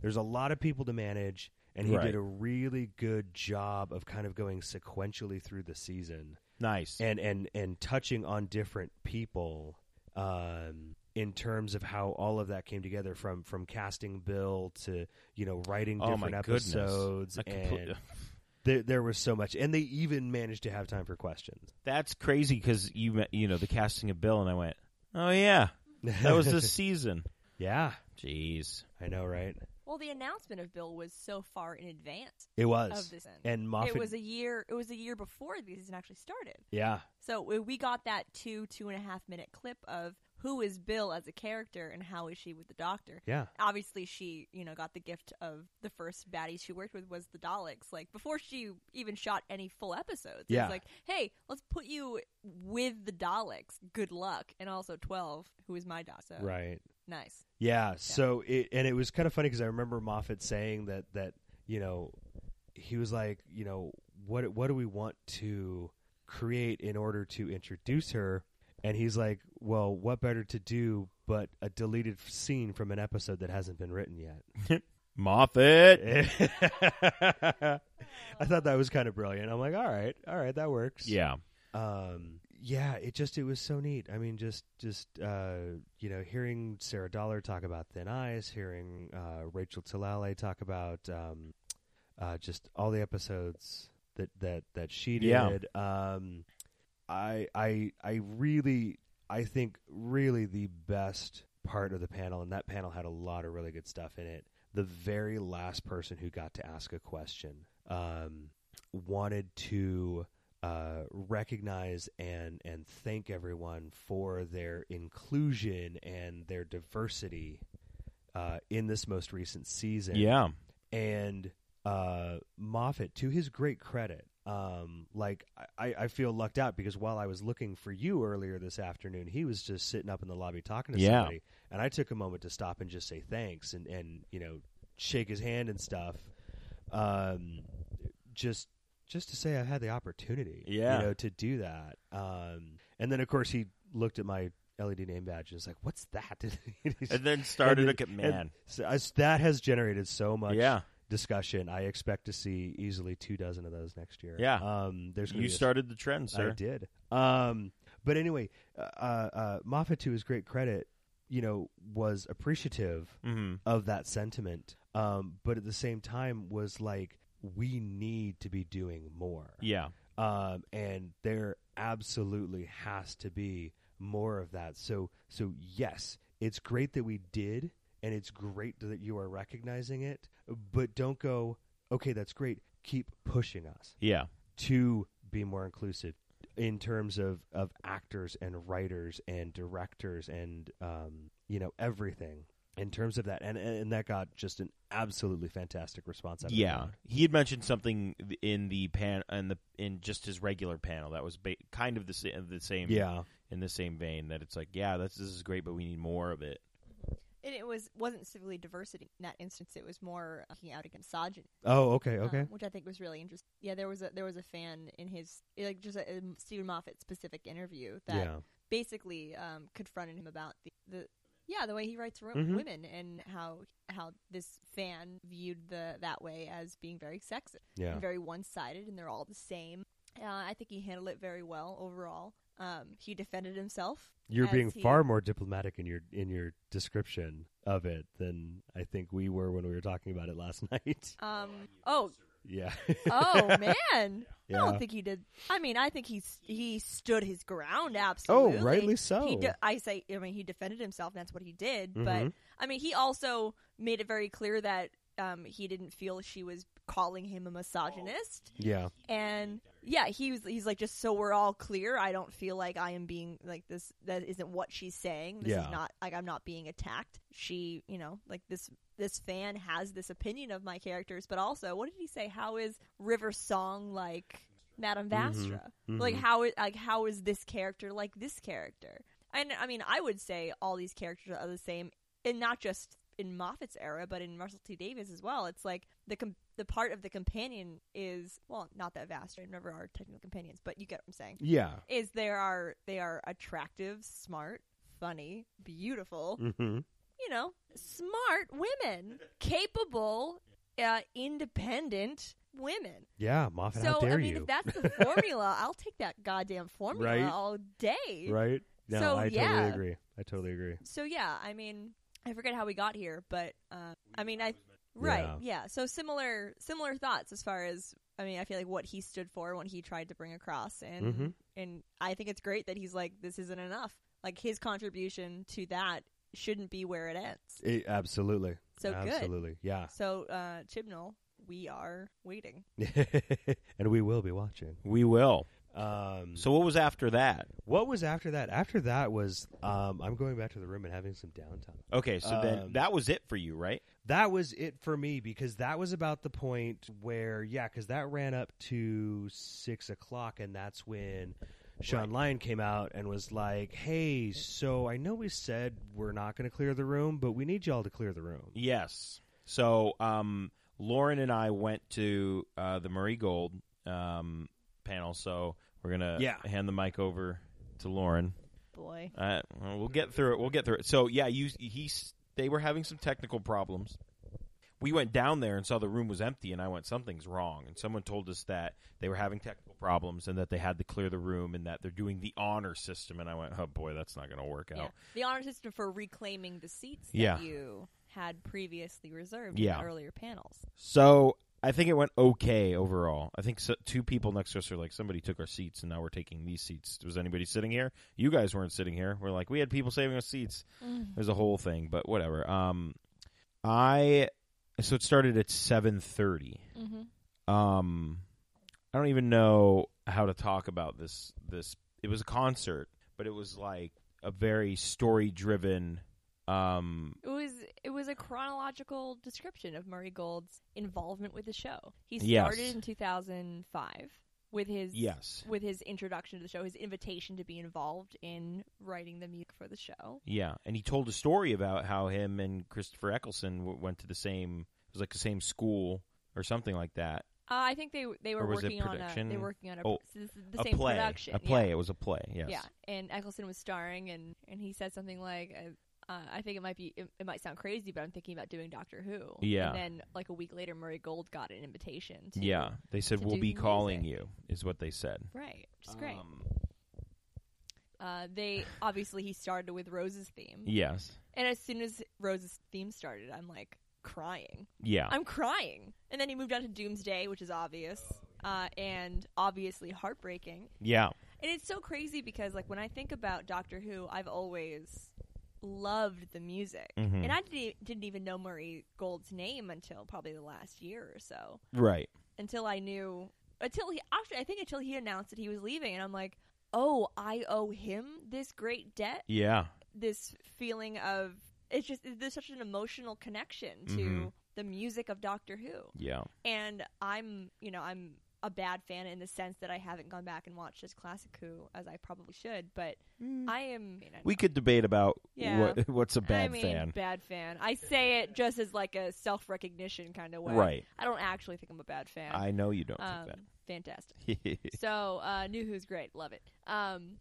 [SPEAKER 3] there's a lot of people to manage, and he
[SPEAKER 2] Right.
[SPEAKER 3] did a really good job of kind of going sequentially through the season
[SPEAKER 2] nice.
[SPEAKER 3] and and and touching on different people um, in terms of how all of that came together from from casting Bill to you know writing
[SPEAKER 2] oh my
[SPEAKER 3] different episodes
[SPEAKER 2] goodness, I complete-
[SPEAKER 3] and. There, there was so much, and they even managed to have time for questions.
[SPEAKER 2] that's crazy because you met, you know the casting of Bill, and I went, oh yeah, that was this season.
[SPEAKER 3] yeah,
[SPEAKER 2] Jeez.
[SPEAKER 3] I know, right?
[SPEAKER 4] well, the announcement of Bill was so far in advance
[SPEAKER 3] It was
[SPEAKER 4] of this. end.
[SPEAKER 3] and Moffat.
[SPEAKER 4] it was a year. It was a year before the season actually started.
[SPEAKER 3] yeah,
[SPEAKER 4] So we- we got that two two and a half minute clip of who is Bill as a character and how is she with the Doctor.
[SPEAKER 3] Yeah.
[SPEAKER 4] Obviously, she you know got the gift of the first baddie she worked with was the Daleks. Like before she even shot any full episodes,
[SPEAKER 3] Yeah.
[SPEAKER 4] it's like, hey, let's put you with the Daleks. Good luck, and also Twelve, who is my Doc. So,
[SPEAKER 3] Right.
[SPEAKER 4] Nice.
[SPEAKER 3] Yeah. So it and it was kind of funny because I remember Moffat saying that that you know he was like you know what what do we want to create in order to introduce her and he's like well what better to do but a deleted f- scene from an episode that hasn't been written yet
[SPEAKER 2] Moffat.
[SPEAKER 3] i thought that was kind of brilliant i'm like all right all right that works
[SPEAKER 2] Yeah.
[SPEAKER 3] um yeah it just it was so neat i mean just just uh you know hearing sarah dollar talk about thin eyes hearing uh rachel Talale talk about um uh just all the episodes that that that she did
[SPEAKER 2] Yeah.
[SPEAKER 3] um i i i really i think really the best part of the panel and that panel had a lot of really good stuff in it the very last person who got to ask a question um wanted to uh, recognize and and thank everyone for their inclusion and their diversity uh, in this most recent season.
[SPEAKER 2] Yeah.
[SPEAKER 3] and uh, Moffat, to his great credit, um, like I, I feel lucked out because while I was looking for you earlier this afternoon, he was just sitting up in the lobby talking to
[SPEAKER 2] Yeah.
[SPEAKER 3] somebody, and I took a moment to stop and just say thanks and and you know shake his hand and stuff. Um, just just to say I had the opportunity,
[SPEAKER 2] Yeah.
[SPEAKER 3] you know, to do that. Um, and then of course he looked at my LED name badge and was like, "What's that?" And he's-
[SPEAKER 2] And then started
[SPEAKER 3] and
[SPEAKER 2] to get
[SPEAKER 3] and
[SPEAKER 2] man.
[SPEAKER 3] so I s- that has generated so much
[SPEAKER 2] Yeah.
[SPEAKER 3] discussion. I expect to see easily two dozen of those next year.
[SPEAKER 2] Yeah.
[SPEAKER 3] um, there's gonna
[SPEAKER 2] You
[SPEAKER 3] be a-
[SPEAKER 2] started the trend, sir.
[SPEAKER 3] I did. Um, but anyway, uh, uh, Moffat, to his great credit, you know, was appreciative
[SPEAKER 2] Mm-hmm.
[SPEAKER 3] of that sentiment, um, but at the same time was like, we need to be doing more.
[SPEAKER 2] Yeah.
[SPEAKER 3] Um, and there absolutely has to be more of that. So, so yes, it's great that we did, and it's great that you are recognizing it, but don't go, okay, that's great. Keep pushing us
[SPEAKER 2] Yeah.
[SPEAKER 3] to be more inclusive in terms of, of actors and writers and directors and um, you know everything in terms of that and and and that got just an absolutely fantastic response out of the
[SPEAKER 2] Yeah,
[SPEAKER 3] crowd.
[SPEAKER 2] he had mentioned something in the pan in the in just his regular panel that was ba- kind of the sa- the same
[SPEAKER 3] yeah
[SPEAKER 2] in the same vein that it's like yeah that's this is great but we need more of it
[SPEAKER 4] And it was wasn't specifically diversity in that instance. It was more uh, looking out against misogyny.
[SPEAKER 3] oh okay
[SPEAKER 4] um,
[SPEAKER 3] okay
[SPEAKER 4] which I think was really interesting. Yeah, there was a there was a fan in his like just a, um, Stephen Moffat specific interview that
[SPEAKER 3] yeah
[SPEAKER 4] basically um, confronted him about the, the yeah the way he writes ro-
[SPEAKER 3] Mhm.
[SPEAKER 4] women and how how this fan viewed the that way as being very sexist
[SPEAKER 3] yeah
[SPEAKER 4] and very one sided, and they're all the same. Uh, I think he handled it very well overall. Um, he defended himself.
[SPEAKER 3] you're
[SPEAKER 4] as
[SPEAKER 3] being
[SPEAKER 4] he-
[SPEAKER 3] far more diplomatic in your in your description of it than I think we were when we were talking about it last night
[SPEAKER 4] Um, oh,
[SPEAKER 3] yeah
[SPEAKER 4] oh man! I
[SPEAKER 3] Yeah.
[SPEAKER 4] don't think he did. I mean, I think he s- he stood his ground
[SPEAKER 3] oh
[SPEAKER 4] absolutely.
[SPEAKER 3] rightly so
[SPEAKER 4] He de- I say, I mean, he defended himself. And that's what he did. But
[SPEAKER 3] Mhm.
[SPEAKER 4] I mean, he also made it very clear that um, he didn't feel she was calling him a misogynist.
[SPEAKER 3] yeah
[SPEAKER 4] and yeah he was he's like just so we're all clear i don't feel like i am being like this that isn't what she's saying this
[SPEAKER 3] Yeah.
[SPEAKER 4] is not like i'm not being attacked she you know like this this fan has this opinion of my characters but also what did he say how is river song like madame
[SPEAKER 3] Mhm.
[SPEAKER 4] vastra
[SPEAKER 3] Mhm.
[SPEAKER 4] like how is like how is this character like this character and i mean i would say all these characters are the same and not just in moffat's era but in russell t davis as well it's like the com- the part of the companion is well not that vast and never are technical companions but you get what i'm saying
[SPEAKER 3] yeah
[SPEAKER 4] is there are they are attractive smart funny beautiful
[SPEAKER 3] hmm
[SPEAKER 4] you know, smart women, capable, uh, independent women.
[SPEAKER 3] yeah Moffat how
[SPEAKER 4] so
[SPEAKER 3] dare
[SPEAKER 4] I mean,
[SPEAKER 3] you
[SPEAKER 4] if that's the formula, I'll take that goddamn formula
[SPEAKER 3] Right.
[SPEAKER 4] all day.
[SPEAKER 3] Right? No,
[SPEAKER 4] So,
[SPEAKER 3] I
[SPEAKER 4] yeah.
[SPEAKER 3] totally agree. I totally agree.
[SPEAKER 4] So yeah, I mean, I forget how we got here, but uh, I mean, I right,
[SPEAKER 3] Yeah.
[SPEAKER 4] yeah. So similar, similar thoughts as far as I mean, I feel like what he stood for, what he tried to bring across, and
[SPEAKER 3] Mhm.
[SPEAKER 4] and I think it's great that he's like, this isn't enough. Like his contribution to that shouldn't be where it ends.
[SPEAKER 3] It- absolutely.
[SPEAKER 4] So good.
[SPEAKER 3] absolutely. Yeah.
[SPEAKER 4] So, uh, Chibnall, we are waiting.
[SPEAKER 3] and we will be watching.
[SPEAKER 2] we will
[SPEAKER 3] Um,
[SPEAKER 2] So what was after that?
[SPEAKER 3] what was after that? After that was um, I'm going back to the room and having some downtime.
[SPEAKER 2] Okay, so
[SPEAKER 3] Um,
[SPEAKER 2] then that was it for you, right?
[SPEAKER 3] That was it for me because that was about the point where yeah, because that ran up to six o'clock, and that's when Sean Lyon came out and was like, "Hey, so I know we said we're not going to clear the room, but we need y'all to clear the room."
[SPEAKER 2] Yes. So um, Lauren and I went to uh, the Murray Gold um, panel. So we're gonna
[SPEAKER 3] Yeah.
[SPEAKER 2] hand the mic over to Lauren.
[SPEAKER 4] Boy.
[SPEAKER 2] Uh, we'll get through it. We'll get through it. So yeah, you he s- they were having some technical problems. We went down there and saw the room was empty, and I went, something's wrong. And someone told us that they were having technical problems and that they had to clear the room and that they're doing the honor system. And I went, oh boy, that's not going to work
[SPEAKER 4] Yeah.
[SPEAKER 2] out.
[SPEAKER 4] The honor system for reclaiming the seats that
[SPEAKER 2] Yeah.
[SPEAKER 4] you had previously reserved
[SPEAKER 2] Yeah.
[SPEAKER 4] in earlier panels.
[SPEAKER 2] So I think it went okay overall. I think so, two people next to us are like, somebody took our seats, and now we're taking these seats. Was anybody sitting here? You guys weren't sitting here. We're like, we had people saving us seats. There's a whole thing, but whatever. Um, I so it started at seven thirty.
[SPEAKER 4] Mm-hmm.
[SPEAKER 2] Um, I don't even know how to talk about this. This it was a concert, but it was like a very story driven. Um,
[SPEAKER 4] It was it was a chronological description of Murray Gold's involvement with the show. He
[SPEAKER 2] Yes.
[SPEAKER 4] started in 2005 with his
[SPEAKER 2] yes,
[SPEAKER 4] with his introduction to the show, his invitation to be involved in writing the music for the show.
[SPEAKER 2] Yeah, and he told a story about how him and Christopher Eccleston w- went to the same it was like the same school or something like that.
[SPEAKER 4] Uh, I think they they were
[SPEAKER 2] Or was it
[SPEAKER 4] working on a they
[SPEAKER 2] production?
[SPEAKER 4] were working on a
[SPEAKER 2] Oh,
[SPEAKER 4] so this is the
[SPEAKER 2] a
[SPEAKER 4] same
[SPEAKER 2] play,
[SPEAKER 4] production
[SPEAKER 2] a
[SPEAKER 4] yeah.
[SPEAKER 2] play. It was a play. Yes.
[SPEAKER 4] Yeah, and Eccleston was starring, and and he said something like, uh, uh, "I think it might be, it, it might sound crazy, but I'm thinking about doing Doctor Who."
[SPEAKER 2] Yeah.
[SPEAKER 4] And then, like a week later, Murray Gold got an invitation. To,
[SPEAKER 2] Yeah, They said
[SPEAKER 4] to
[SPEAKER 2] we'll
[SPEAKER 4] do
[SPEAKER 2] be
[SPEAKER 4] music.
[SPEAKER 2] calling you is what they said.
[SPEAKER 4] Right, which is great.
[SPEAKER 2] Um,
[SPEAKER 4] uh, they obviously he started with Rose's theme,
[SPEAKER 2] yes.
[SPEAKER 4] and as soon as Rose's theme started, I'm like crying.
[SPEAKER 2] Yeah.
[SPEAKER 4] I'm crying. And then he moved on to Doomsday, which is obvious, uh, and obviously heartbreaking.
[SPEAKER 2] yeah.
[SPEAKER 4] And it's so crazy because like when I think about Doctor Who, I've always loved the music.
[SPEAKER 2] Mhm.
[SPEAKER 4] And I didn't, e, didn't even know Murray Gold's name until probably the last year or so.
[SPEAKER 2] Right.
[SPEAKER 4] Until I knew until he actually I think until he announced that he was leaving and I'm like, "Oh, I owe him this great debt,
[SPEAKER 2] Yeah.
[SPEAKER 4] this feeling of it's just there's such an emotional connection to
[SPEAKER 2] Mhm.
[SPEAKER 4] the music of Doctor Who."
[SPEAKER 2] Yeah.
[SPEAKER 4] and I'm, you know, I'm a bad fan in the sense that I haven't gone back and watched as classic Who as I probably should, but I am. I mean,
[SPEAKER 2] We could debate about
[SPEAKER 4] Yeah.
[SPEAKER 2] what what's a bad
[SPEAKER 4] I mean,
[SPEAKER 2] fan.
[SPEAKER 4] bad fan. I say it just as like a self recognition kind of way.
[SPEAKER 2] Right.
[SPEAKER 4] I don't actually think I'm a bad fan.
[SPEAKER 2] I know you don't
[SPEAKER 4] um,
[SPEAKER 2] think
[SPEAKER 4] fantastic.
[SPEAKER 2] that.
[SPEAKER 4] So uh, New Who's great, love it. Um,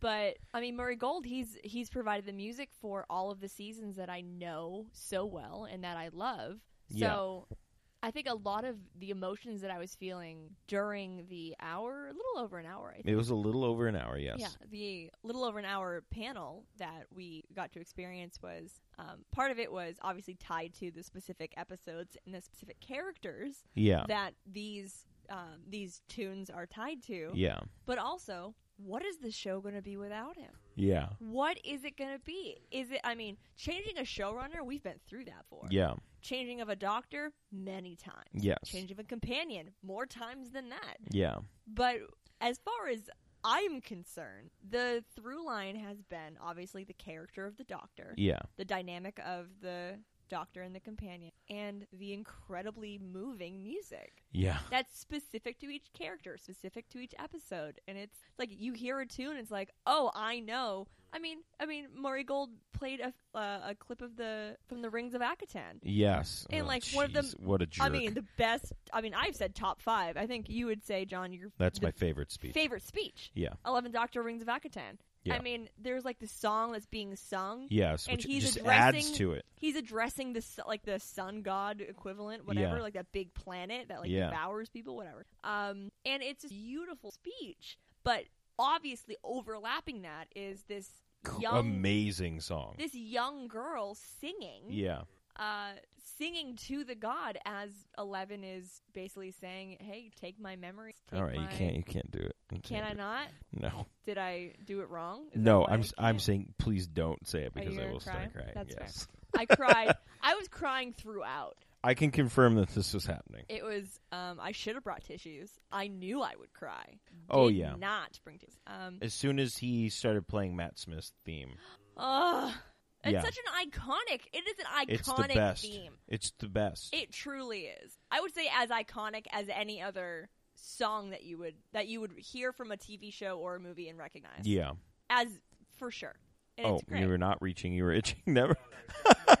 [SPEAKER 4] but I mean Murray Gold, he's he's provided the music for all of the seasons that I know so well and that I love. So I think a lot of the emotions that I was feeling during the hour, a little over an hour, I think.
[SPEAKER 2] it was a little over an hour. Yes.
[SPEAKER 4] Yeah, the little over an hour panel that we got to experience was um, part of it was obviously tied to the specific episodes and the specific characters
[SPEAKER 2] Yeah.
[SPEAKER 4] that these um, these tunes are tied to
[SPEAKER 2] Yeah.
[SPEAKER 4] but also what is the show going to be without him
[SPEAKER 2] Yeah.
[SPEAKER 4] what is it going to be is it i mean changing a showrunner we've been through that for
[SPEAKER 2] Yeah.
[SPEAKER 4] changing of a doctor many times
[SPEAKER 2] Yes.
[SPEAKER 4] change of a companion more times than that
[SPEAKER 2] Yeah.
[SPEAKER 4] but as far as i'm concerned the through line has been obviously the character of the doctor
[SPEAKER 2] Yeah.
[SPEAKER 4] the dynamic of the doctor and the companion and the incredibly moving music
[SPEAKER 2] Yeah.
[SPEAKER 4] that's specific to each character, specific to each episode, and it's like you hear a tune, it's like, oh, I know. I mean, I mean, Maury Gold played a uh, a clip of the from the Rings of Akatan.
[SPEAKER 2] Yes.
[SPEAKER 4] And,
[SPEAKER 2] Oh,
[SPEAKER 4] like, one of them-
[SPEAKER 2] jeez, What a jerk.
[SPEAKER 4] I mean, the best. I mean, I've said top five. I think you would say, John, your
[SPEAKER 2] That's
[SPEAKER 4] the
[SPEAKER 2] my favorite speech.
[SPEAKER 4] favorite speech.
[SPEAKER 2] yeah.
[SPEAKER 4] Eleven Doctor Rings of Akatan.
[SPEAKER 2] Yeah.
[SPEAKER 4] I mean, there's like the song that's being sung.
[SPEAKER 2] Yes,
[SPEAKER 4] And
[SPEAKER 2] which
[SPEAKER 4] he's
[SPEAKER 2] just adds
[SPEAKER 4] addressing-
[SPEAKER 2] to it.
[SPEAKER 4] He's addressing this like the sun god equivalent, whatever,
[SPEAKER 2] Yeah.
[SPEAKER 4] like that big planet that like
[SPEAKER 2] Yeah.
[SPEAKER 4] devours people, whatever. Um, and it's a beautiful speech, but obviously overlapping that is this young,
[SPEAKER 2] Amazing song.
[SPEAKER 4] this young girl singing,
[SPEAKER 2] Yeah.
[SPEAKER 4] uh, singing to the god as Eleven is basically saying, "Hey, take my memories." Take
[SPEAKER 2] All right, you
[SPEAKER 4] my-
[SPEAKER 2] can't you can't do it. You
[SPEAKER 4] Can I
[SPEAKER 2] do
[SPEAKER 4] not?
[SPEAKER 2] it. No.
[SPEAKER 4] Did I do it wrong? Is that
[SPEAKER 2] No,
[SPEAKER 4] why
[SPEAKER 2] I'm
[SPEAKER 4] I
[SPEAKER 2] s- I'm
[SPEAKER 4] can't?
[SPEAKER 2] saying please don't say it
[SPEAKER 4] Are you
[SPEAKER 2] because I
[SPEAKER 4] gonna
[SPEAKER 2] will
[SPEAKER 4] cry?
[SPEAKER 2] start crying.
[SPEAKER 4] That's fair.
[SPEAKER 2] yes.
[SPEAKER 4] I cried. I was crying throughout.
[SPEAKER 2] I can confirm that this was happening.
[SPEAKER 4] It was. Um, I should have brought tissues. I knew I would cry.
[SPEAKER 2] Oh,
[SPEAKER 4] Did
[SPEAKER 2] yeah.
[SPEAKER 4] Not bring tissues. Um.
[SPEAKER 2] As soon as he started playing Matt Smith's theme,
[SPEAKER 4] ugh. it's
[SPEAKER 2] Yeah.
[SPEAKER 4] such an iconic. It is an
[SPEAKER 2] it's
[SPEAKER 4] iconic
[SPEAKER 2] the best.
[SPEAKER 4] theme.
[SPEAKER 2] It's the best.
[SPEAKER 4] It truly is. I would say as iconic as any other song that you would that you would hear from a TV show or a movie and recognize.
[SPEAKER 2] yeah.
[SPEAKER 4] As for sure. And
[SPEAKER 2] Oh,
[SPEAKER 4] it's great.
[SPEAKER 2] you were not reaching. You were itching. Never. I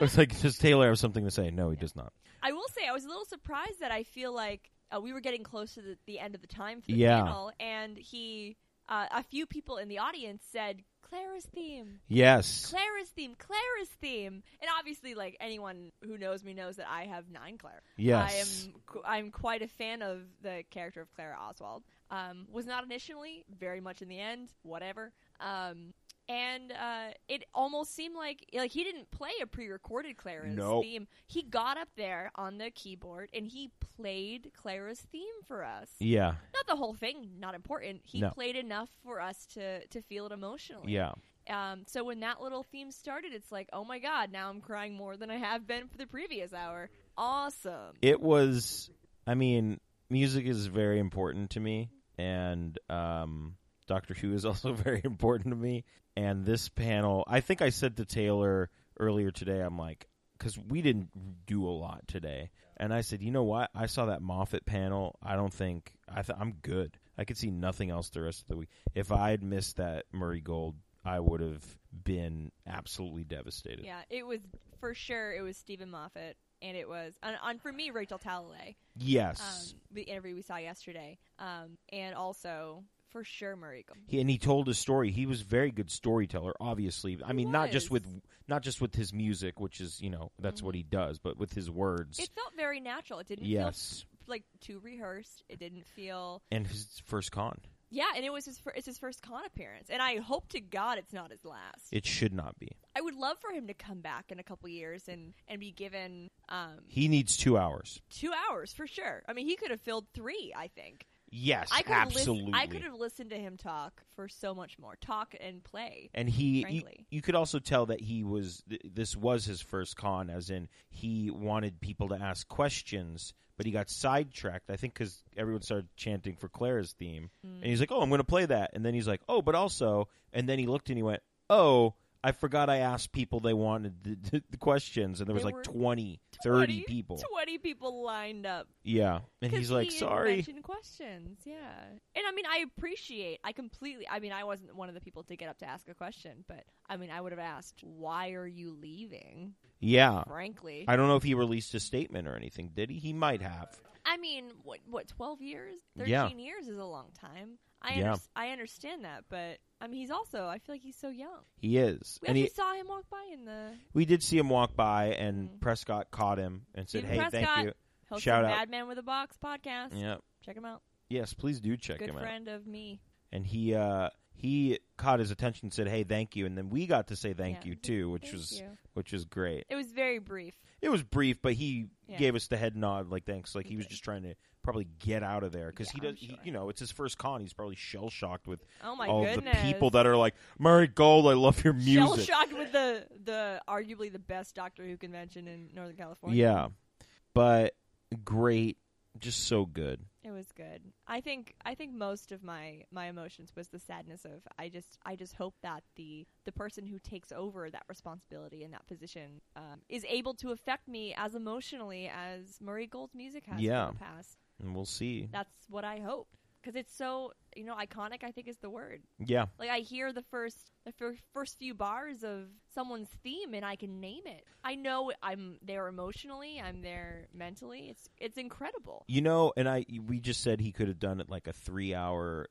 [SPEAKER 2] was like, does Taylor have something to say? No, he does not.
[SPEAKER 4] I will say I was a little surprised that I feel like uh, we were getting close to the, the end of the time for the
[SPEAKER 2] Yeah.
[SPEAKER 4] panel, and he, uh, a few people in the audience said Clara's theme,
[SPEAKER 2] Yes.
[SPEAKER 4] Clara's theme, Clara's theme, and obviously, like anyone who knows me knows that I have nine Clara.
[SPEAKER 2] Yes.
[SPEAKER 4] I am. qu- I'm quite a fan of the character of Clara Oswald. Um, was not initially, very much in the end, whatever. Um, and uh, it almost seemed like like he didn't play a pre-recorded Clara's
[SPEAKER 2] No.
[SPEAKER 4] theme. He got up there on the keyboard and he played Clara's theme for us.
[SPEAKER 2] Yeah.
[SPEAKER 4] Not the whole thing, not important. He
[SPEAKER 2] No.
[SPEAKER 4] played enough for us to to feel it emotionally.
[SPEAKER 2] Yeah.
[SPEAKER 4] Um, so when that little theme started, it's like, oh my god, now I'm crying more than I have been for the previous hour. Awesome.
[SPEAKER 2] It was. I mean, music is very important to me, and um, Doctor Who is also very important to me. And this panel, I think I said to Taylor earlier today, I'm like, because we didn't do a lot today, and I said, you know what? I saw that Moffat panel. I don't think I. Th- I'm good. I could see nothing else the rest of the week. If I had missed that Murray Gold, I would have been absolutely devastated.
[SPEAKER 4] Yeah, it was for sure. It was Stephen Moffat, and it was on, on for me Rachel Talalay. Um,
[SPEAKER 2] Yes.
[SPEAKER 4] the interview we saw yesterday, um, and also for sure Murray. Gold.
[SPEAKER 2] he, and he told his story. He was a very good storyteller. Obviously, I
[SPEAKER 4] He
[SPEAKER 2] mean, not just
[SPEAKER 4] was. Mm-hmm.
[SPEAKER 2] with not just with his music, which is you know that's what he does, but with his words.
[SPEAKER 4] It felt very natural. It didn't
[SPEAKER 2] yes,
[SPEAKER 4] feel like too rehearsed. It didn't feel
[SPEAKER 2] and his first con.
[SPEAKER 4] yeah. And it was his fir- it's his first con appearance, and I hope to God it's not his last.
[SPEAKER 2] It should not be.
[SPEAKER 4] I would love for him to come back in a couple years and and be given um,
[SPEAKER 2] He needs two hours.
[SPEAKER 4] two hours for sure. I mean, he could have filled three. I think.
[SPEAKER 2] Yes,
[SPEAKER 4] I could
[SPEAKER 2] absolutely.
[SPEAKER 4] Listen, I could have listened to him talk for so much more. Talk and play.
[SPEAKER 2] and he, you,
[SPEAKER 4] frankly.
[SPEAKER 2] you could also tell that he was th- this was his first con as in he wanted people to ask questions but he got sidetracked i think because everyone started chanting for clara's theme and he's like oh i'm going to play that and then he's like oh but also and then he looked and he went oh i forgot i asked people they wanted the, the, the questions and there was
[SPEAKER 4] There
[SPEAKER 2] like
[SPEAKER 4] were
[SPEAKER 2] 20 30 people
[SPEAKER 4] 20 people lined up.
[SPEAKER 2] yeah and
[SPEAKER 4] 'Cause
[SPEAKER 2] he's like
[SPEAKER 4] he
[SPEAKER 2] sorry
[SPEAKER 4] mentioned questions, yeah. And I mean, I appreciate. I completely. I mean, I wasn't one of the people to get up to ask a question, but I mean, I would have asked, "Why are you leaving?"
[SPEAKER 2] yeah
[SPEAKER 4] Frankly, I,
[SPEAKER 2] i don't know if he released a statement or anything did he he might have
[SPEAKER 4] mean, what what twelve years, thirteen
[SPEAKER 2] Yeah.
[SPEAKER 4] years is a long time. I
[SPEAKER 2] Yeah.
[SPEAKER 4] unders- I understand that, but I mean, he's also. I feel like he's so young.
[SPEAKER 2] he is
[SPEAKER 4] We
[SPEAKER 2] and
[SPEAKER 4] actually
[SPEAKER 2] he,
[SPEAKER 4] saw him walk by in the
[SPEAKER 2] We did see him walk by, and
[SPEAKER 4] Mhm.
[SPEAKER 2] Prescott caught him and said,
[SPEAKER 4] Stephen
[SPEAKER 2] "Hey,
[SPEAKER 4] Prescott.
[SPEAKER 2] thank you."
[SPEAKER 4] host
[SPEAKER 2] Shout
[SPEAKER 4] of
[SPEAKER 2] out.
[SPEAKER 4] Mad Men with a Box podcast.
[SPEAKER 2] Yeah.
[SPEAKER 4] Check him out.
[SPEAKER 2] Yes, please do check
[SPEAKER 4] Good
[SPEAKER 2] him out.
[SPEAKER 4] friend of me.
[SPEAKER 2] And he uh, he caught his attention, and said, "Hey, thank you," and then we got to say thank
[SPEAKER 4] Yeah.
[SPEAKER 2] you too, which
[SPEAKER 4] Thank
[SPEAKER 2] was
[SPEAKER 4] you.
[SPEAKER 2] which was great.
[SPEAKER 4] It was very brief.
[SPEAKER 2] It was brief, but he
[SPEAKER 4] Yeah.
[SPEAKER 2] gave us the head nod, like thanks, like
[SPEAKER 4] He
[SPEAKER 2] he was
[SPEAKER 4] did.
[SPEAKER 2] just trying to probably get out of there because
[SPEAKER 4] Yeah,
[SPEAKER 2] he
[SPEAKER 4] I'm
[SPEAKER 2] does, he,
[SPEAKER 4] sure.
[SPEAKER 2] you know, it's his first con. He's probably shell shocked with
[SPEAKER 4] Oh my
[SPEAKER 2] all
[SPEAKER 4] goodness!
[SPEAKER 2] the people that are like, "Murray Gold, I love your
[SPEAKER 4] Shell
[SPEAKER 2] music."
[SPEAKER 4] shocked with the the arguably the best Doctor Who convention in Northern California.
[SPEAKER 2] Yeah, but great, just so good.
[SPEAKER 4] it was good. I think I think most of my my emotions was the sadness of I just I just hope that the the person who takes over that responsibility in that position um, is able to affect me as emotionally as Murray Gold's music has
[SPEAKER 2] Yeah.
[SPEAKER 4] in the past.
[SPEAKER 2] And we'll see.
[SPEAKER 4] That's what I hope because it's so you know iconic. I think is the word.
[SPEAKER 2] Yeah,
[SPEAKER 4] Like I hear the first the fir- first few bars of someone's theme and I can name it. I know I'm there emotionally, I'm there mentally. It's it's incredible.
[SPEAKER 2] You know, and I we just said he could have done it like a three hour.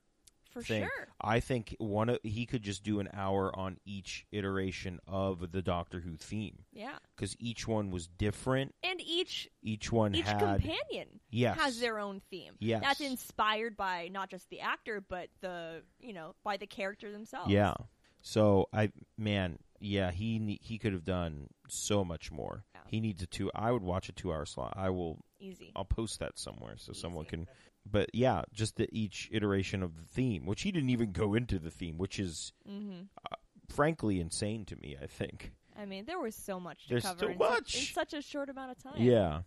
[SPEAKER 4] For
[SPEAKER 2] Thing.
[SPEAKER 4] sure.
[SPEAKER 2] I think one of he could just do an hour on each iteration of the Doctor Who theme
[SPEAKER 4] Yeah.
[SPEAKER 2] because each one was different.
[SPEAKER 4] And each
[SPEAKER 2] Each one
[SPEAKER 4] each
[SPEAKER 2] had
[SPEAKER 4] companion
[SPEAKER 2] yes,
[SPEAKER 4] has their own theme.
[SPEAKER 2] Yes.
[SPEAKER 4] That's inspired by not just the actor but the, you know, by the character themselves.
[SPEAKER 2] yeah. So I man, yeah, he ne- he could have done so much more.
[SPEAKER 4] Yeah.
[SPEAKER 2] He needs a two. I would watch a two hour slot. I will
[SPEAKER 4] Easy.
[SPEAKER 2] I'll post that somewhere so someone
[SPEAKER 4] Easy.
[SPEAKER 2] can. But yeah, just the, each iteration of the theme, which he didn't even go into the theme, which is
[SPEAKER 4] Mhm.
[SPEAKER 2] frankly insane to me. I think
[SPEAKER 4] I mean, there was so much to
[SPEAKER 2] There's
[SPEAKER 4] cover
[SPEAKER 2] too
[SPEAKER 4] in, such- in
[SPEAKER 2] much.
[SPEAKER 4] such a short amount of time.
[SPEAKER 2] Yeah,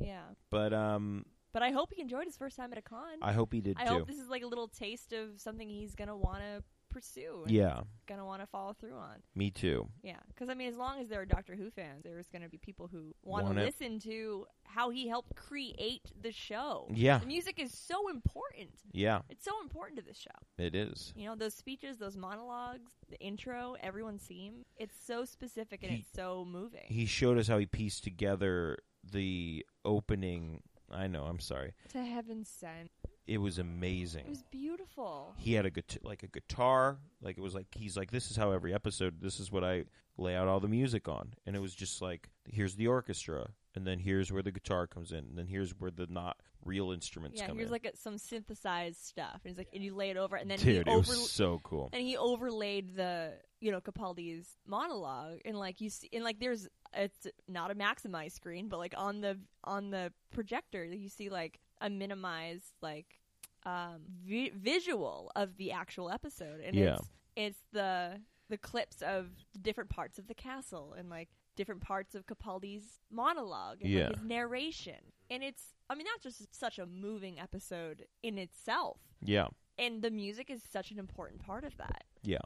[SPEAKER 4] yeah.
[SPEAKER 2] but um,
[SPEAKER 4] But I hope he enjoyed his first time at a con.
[SPEAKER 2] I hope he did
[SPEAKER 4] I
[SPEAKER 2] too.
[SPEAKER 4] hope this is like a little taste of something he's gonna want to pursue. and
[SPEAKER 2] yeah,
[SPEAKER 4] gonna want to follow through on.
[SPEAKER 2] me too.
[SPEAKER 4] Yeah, because I mean, as long as there are Doctor Who fans, there's going to be people who want to
[SPEAKER 2] Wanna-
[SPEAKER 4] listen to how he helped create the show.
[SPEAKER 2] Yeah.
[SPEAKER 4] the music is so important.
[SPEAKER 2] Yeah,
[SPEAKER 4] It's so important to this show.
[SPEAKER 2] it is.
[SPEAKER 4] You know, those speeches, those monologues, the intro, everyone's theme. It's so specific and
[SPEAKER 2] He-
[SPEAKER 4] it's so moving.
[SPEAKER 2] He showed us how he pieced together the opening. I know. I'm sorry.
[SPEAKER 4] to heaven sent.
[SPEAKER 2] It was
[SPEAKER 4] It
[SPEAKER 2] amazing.
[SPEAKER 4] was beautiful.
[SPEAKER 2] he had a guitar, like a guitar, like it was like he's like this is how every episode, this is what I lay out all the music on, and it was just like here's the orchestra, and then here's where the guitar comes in, and then here's where the not real instruments
[SPEAKER 4] yeah,
[SPEAKER 2] come
[SPEAKER 4] here's
[SPEAKER 2] in.
[SPEAKER 4] like a, some synthesized stuff, and he's like, and you lay it over, and then he
[SPEAKER 2] Dude, it
[SPEAKER 4] over.
[SPEAKER 2] was so cool.
[SPEAKER 4] and he overlaid the you know Capaldi's monologue and like you see and like there's it's not a maximized screen but like on the on the projector you see like a minimized like um vi- visual of the actual episode and
[SPEAKER 2] Yeah.
[SPEAKER 4] it's it's the the clips of different parts of the castle and like different parts of Capaldi's monologue and
[SPEAKER 2] Yeah.
[SPEAKER 4] like, his narration and it's I mean that's just such a moving episode in itself
[SPEAKER 2] Yeah,
[SPEAKER 4] and the music is such an important part of that
[SPEAKER 2] yeah.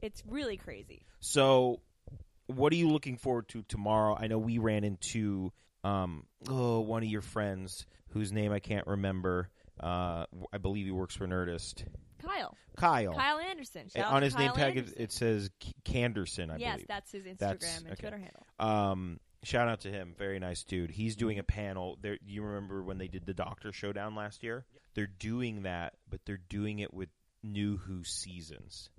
[SPEAKER 4] it's really crazy.
[SPEAKER 2] So, what are you looking forward to tomorrow? I know we ran into um oh one of your friends whose name I can't remember. Uh, I believe he works for Nerdist.
[SPEAKER 4] Kyle.
[SPEAKER 2] Kyle. Eh,
[SPEAKER 4] Kyle Anderson. Shout out
[SPEAKER 2] Oh. on
[SPEAKER 4] to
[SPEAKER 2] his name
[SPEAKER 4] Kyle
[SPEAKER 2] tag, it,
[SPEAKER 4] Anderson.
[SPEAKER 2] it says K- Canderson, I
[SPEAKER 4] yes,
[SPEAKER 2] believe.
[SPEAKER 4] that's his Instagram
[SPEAKER 2] That's-
[SPEAKER 4] and
[SPEAKER 2] okay.
[SPEAKER 4] Twitter handle.
[SPEAKER 2] Um, shout out to him. Very nice dude. He's doing a panel. There, you remember when they did the Doctor Showdown last year? They're doing that, but they're doing it with New Who seasons.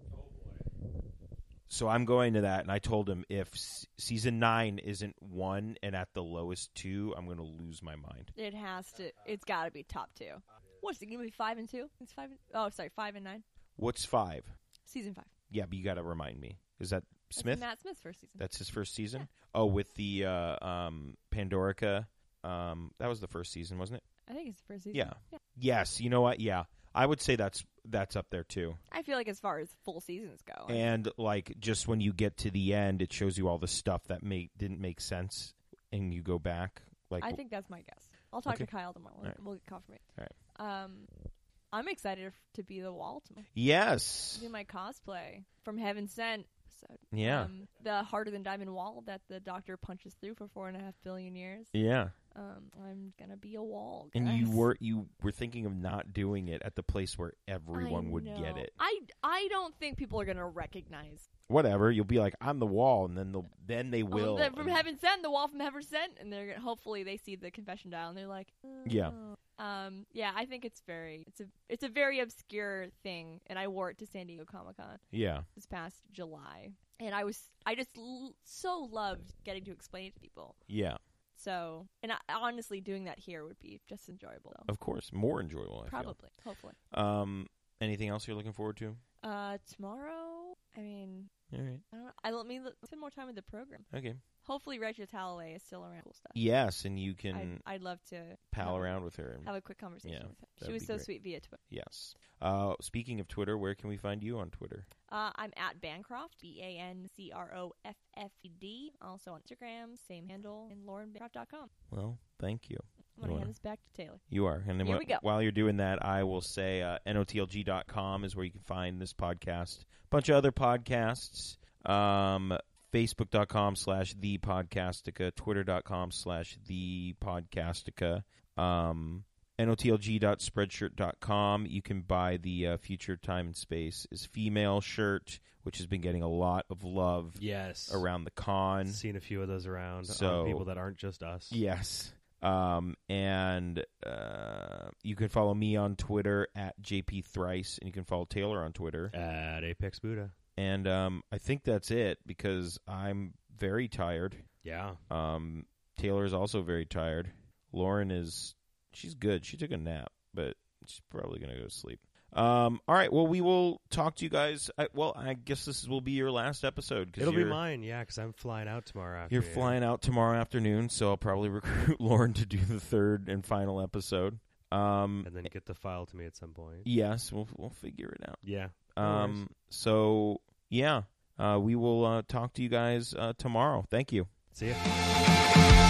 [SPEAKER 2] So I'm going to that, and I told him if s- season nine isn't one and at the lowest two, I'm going to lose my mind.
[SPEAKER 4] It has to. It's got to be top two. What's it going to be? Five and two? It's five. And, oh, sorry, five and nine.
[SPEAKER 2] What's five?
[SPEAKER 4] Season five.
[SPEAKER 2] Yeah, but you got to remind me. Is that
[SPEAKER 4] That's
[SPEAKER 2] Smith?
[SPEAKER 4] Matt Smith's first season.
[SPEAKER 2] That's his first season. Oh, with the uh, um, Pandorica. Um, that was the first season, wasn't it?
[SPEAKER 4] I think it's the first season.
[SPEAKER 2] Yeah. Yes, you know what? Yeah, I would say that's that's up there too.
[SPEAKER 4] I feel like as far as full seasons go,
[SPEAKER 2] And like just when you get to the end, it shows you all the stuff that may didn't make sense, and you go back. Like
[SPEAKER 4] I think that's my guess. I'll talk
[SPEAKER 2] Okay.
[SPEAKER 4] to Kyle tomorrow. We'll,
[SPEAKER 2] All right.
[SPEAKER 4] we'll get confirmation.
[SPEAKER 2] All
[SPEAKER 4] Um, I'm excited f- to be the wall tomorrow.
[SPEAKER 2] yes,
[SPEAKER 4] Do my cosplay from Heaven Sent episode.
[SPEAKER 2] yeah,
[SPEAKER 4] um, the harder than diamond wall that the doctor punches through for four and a half billion years.
[SPEAKER 2] yeah.
[SPEAKER 4] Um, I'm gonna be a wall.
[SPEAKER 2] And you
[SPEAKER 4] guys.
[SPEAKER 2] were you were thinking of not doing it at the place where everyone
[SPEAKER 4] I
[SPEAKER 2] would get
[SPEAKER 4] know.
[SPEAKER 2] it.
[SPEAKER 4] I I don't think people are gonna recognize
[SPEAKER 2] Whatever, you'll be like I'm the wall, and then they'll then they
[SPEAKER 4] um,
[SPEAKER 2] will.
[SPEAKER 4] the- from heaven sent the wall from heaven sent, and they're gonna, hopefully they see the confession dial and they're like,
[SPEAKER 2] Yeah.
[SPEAKER 4] "Oh." Um, yeah, I think it's very it's a it's a very obscure thing, and I wore it to San Diego Comic Con.
[SPEAKER 2] yeah,
[SPEAKER 4] this past July, and I was I just l- so loved getting to explain it to people.
[SPEAKER 2] yeah.
[SPEAKER 4] So, and I, honestly, doing that here would be just enjoyable. though.
[SPEAKER 2] Of course, more enjoyable. I feel.
[SPEAKER 4] Probably, hopefully.
[SPEAKER 2] Um, anything else you're looking forward to?
[SPEAKER 4] Uh, tomorrow. I mean,
[SPEAKER 2] All right.
[SPEAKER 4] I don't know. I let me l- spend more time with the program.
[SPEAKER 2] Okay.
[SPEAKER 4] Hopefully, Reggie Talalay is still around. Cool stuff.
[SPEAKER 2] Yes, and you can
[SPEAKER 4] I'd, I'd love to
[SPEAKER 2] pal
[SPEAKER 4] have a-
[SPEAKER 2] around with her. And,
[SPEAKER 4] have a quick conversation
[SPEAKER 2] Yeah,
[SPEAKER 4] with her. She
[SPEAKER 2] that'd
[SPEAKER 4] was
[SPEAKER 2] be
[SPEAKER 4] so
[SPEAKER 2] great.
[SPEAKER 4] sweet via Twitter.
[SPEAKER 2] yes. Uh, speaking of Twitter, where can we find you on Twitter?
[SPEAKER 4] Uh, I'm at Bancroft, B A N C R O F F E D. Also on Instagram, same handle, and laurenbancroft.com.
[SPEAKER 2] Well, thank you.
[SPEAKER 4] I'm gonna
[SPEAKER 2] Laura.
[SPEAKER 4] hand this back to Taylor.
[SPEAKER 2] You are. And then
[SPEAKER 4] Here
[SPEAKER 2] wh-
[SPEAKER 4] we go.
[SPEAKER 2] while you're doing that, I will say uh, notlg.com is where you can find this podcast. bunch of other podcasts. Um, Facebook.com slash The Podcastica. Twitter.com slash The Podcastica. Um, notlg.spreadshirt.com. You can buy the uh, Future Time and Space is Female shirt, which has been getting a lot of love
[SPEAKER 3] Yes.
[SPEAKER 2] around the con.
[SPEAKER 3] Seen a few of those around.
[SPEAKER 2] So-
[SPEAKER 3] on people that aren't just us.
[SPEAKER 2] Yes. Um, and uh, you can follow me on Twitter at JP Thrice, and you can follow Taylor on Twitter.
[SPEAKER 3] At Apex Buddha.
[SPEAKER 2] And um, I think that's it because I'm very tired.
[SPEAKER 3] Yeah.
[SPEAKER 2] Um, Taylor is also very tired. Lauren is, she's good. She took a nap, but she's probably going to go to sleep. Um, all right. Well, we will talk to you guys. I, well, I guess this will be your last episode. 'cause
[SPEAKER 3] It'll be
[SPEAKER 2] you're-
[SPEAKER 3] mine. Yeah, because I'm flying out tomorrow. After
[SPEAKER 2] You're
[SPEAKER 3] you.
[SPEAKER 2] flying out tomorrow afternoon, so I'll probably recruit Lauren to do the third and final episode. Um,
[SPEAKER 3] And then get the file to me at some point.
[SPEAKER 2] yes, we'll we'll figure it out.
[SPEAKER 3] Yeah. No
[SPEAKER 2] Um, so yeah, uh, we will uh, talk to you guys uh, tomorrow. Thank you.
[SPEAKER 3] See ya.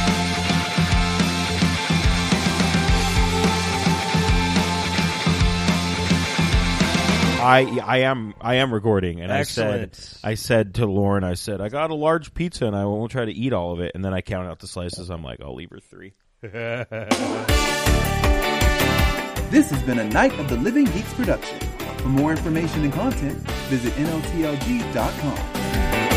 [SPEAKER 2] I I am I am recording, and I said
[SPEAKER 3] Excellent.
[SPEAKER 2] I said to Lauren, I said I got a large pizza, and I won't try to eat all of it. And then I count out the slices. I'm like, I'll leave her three.
[SPEAKER 1] This has been a Night of the Living Geeks production. For more information and content, visit NLTLG.com.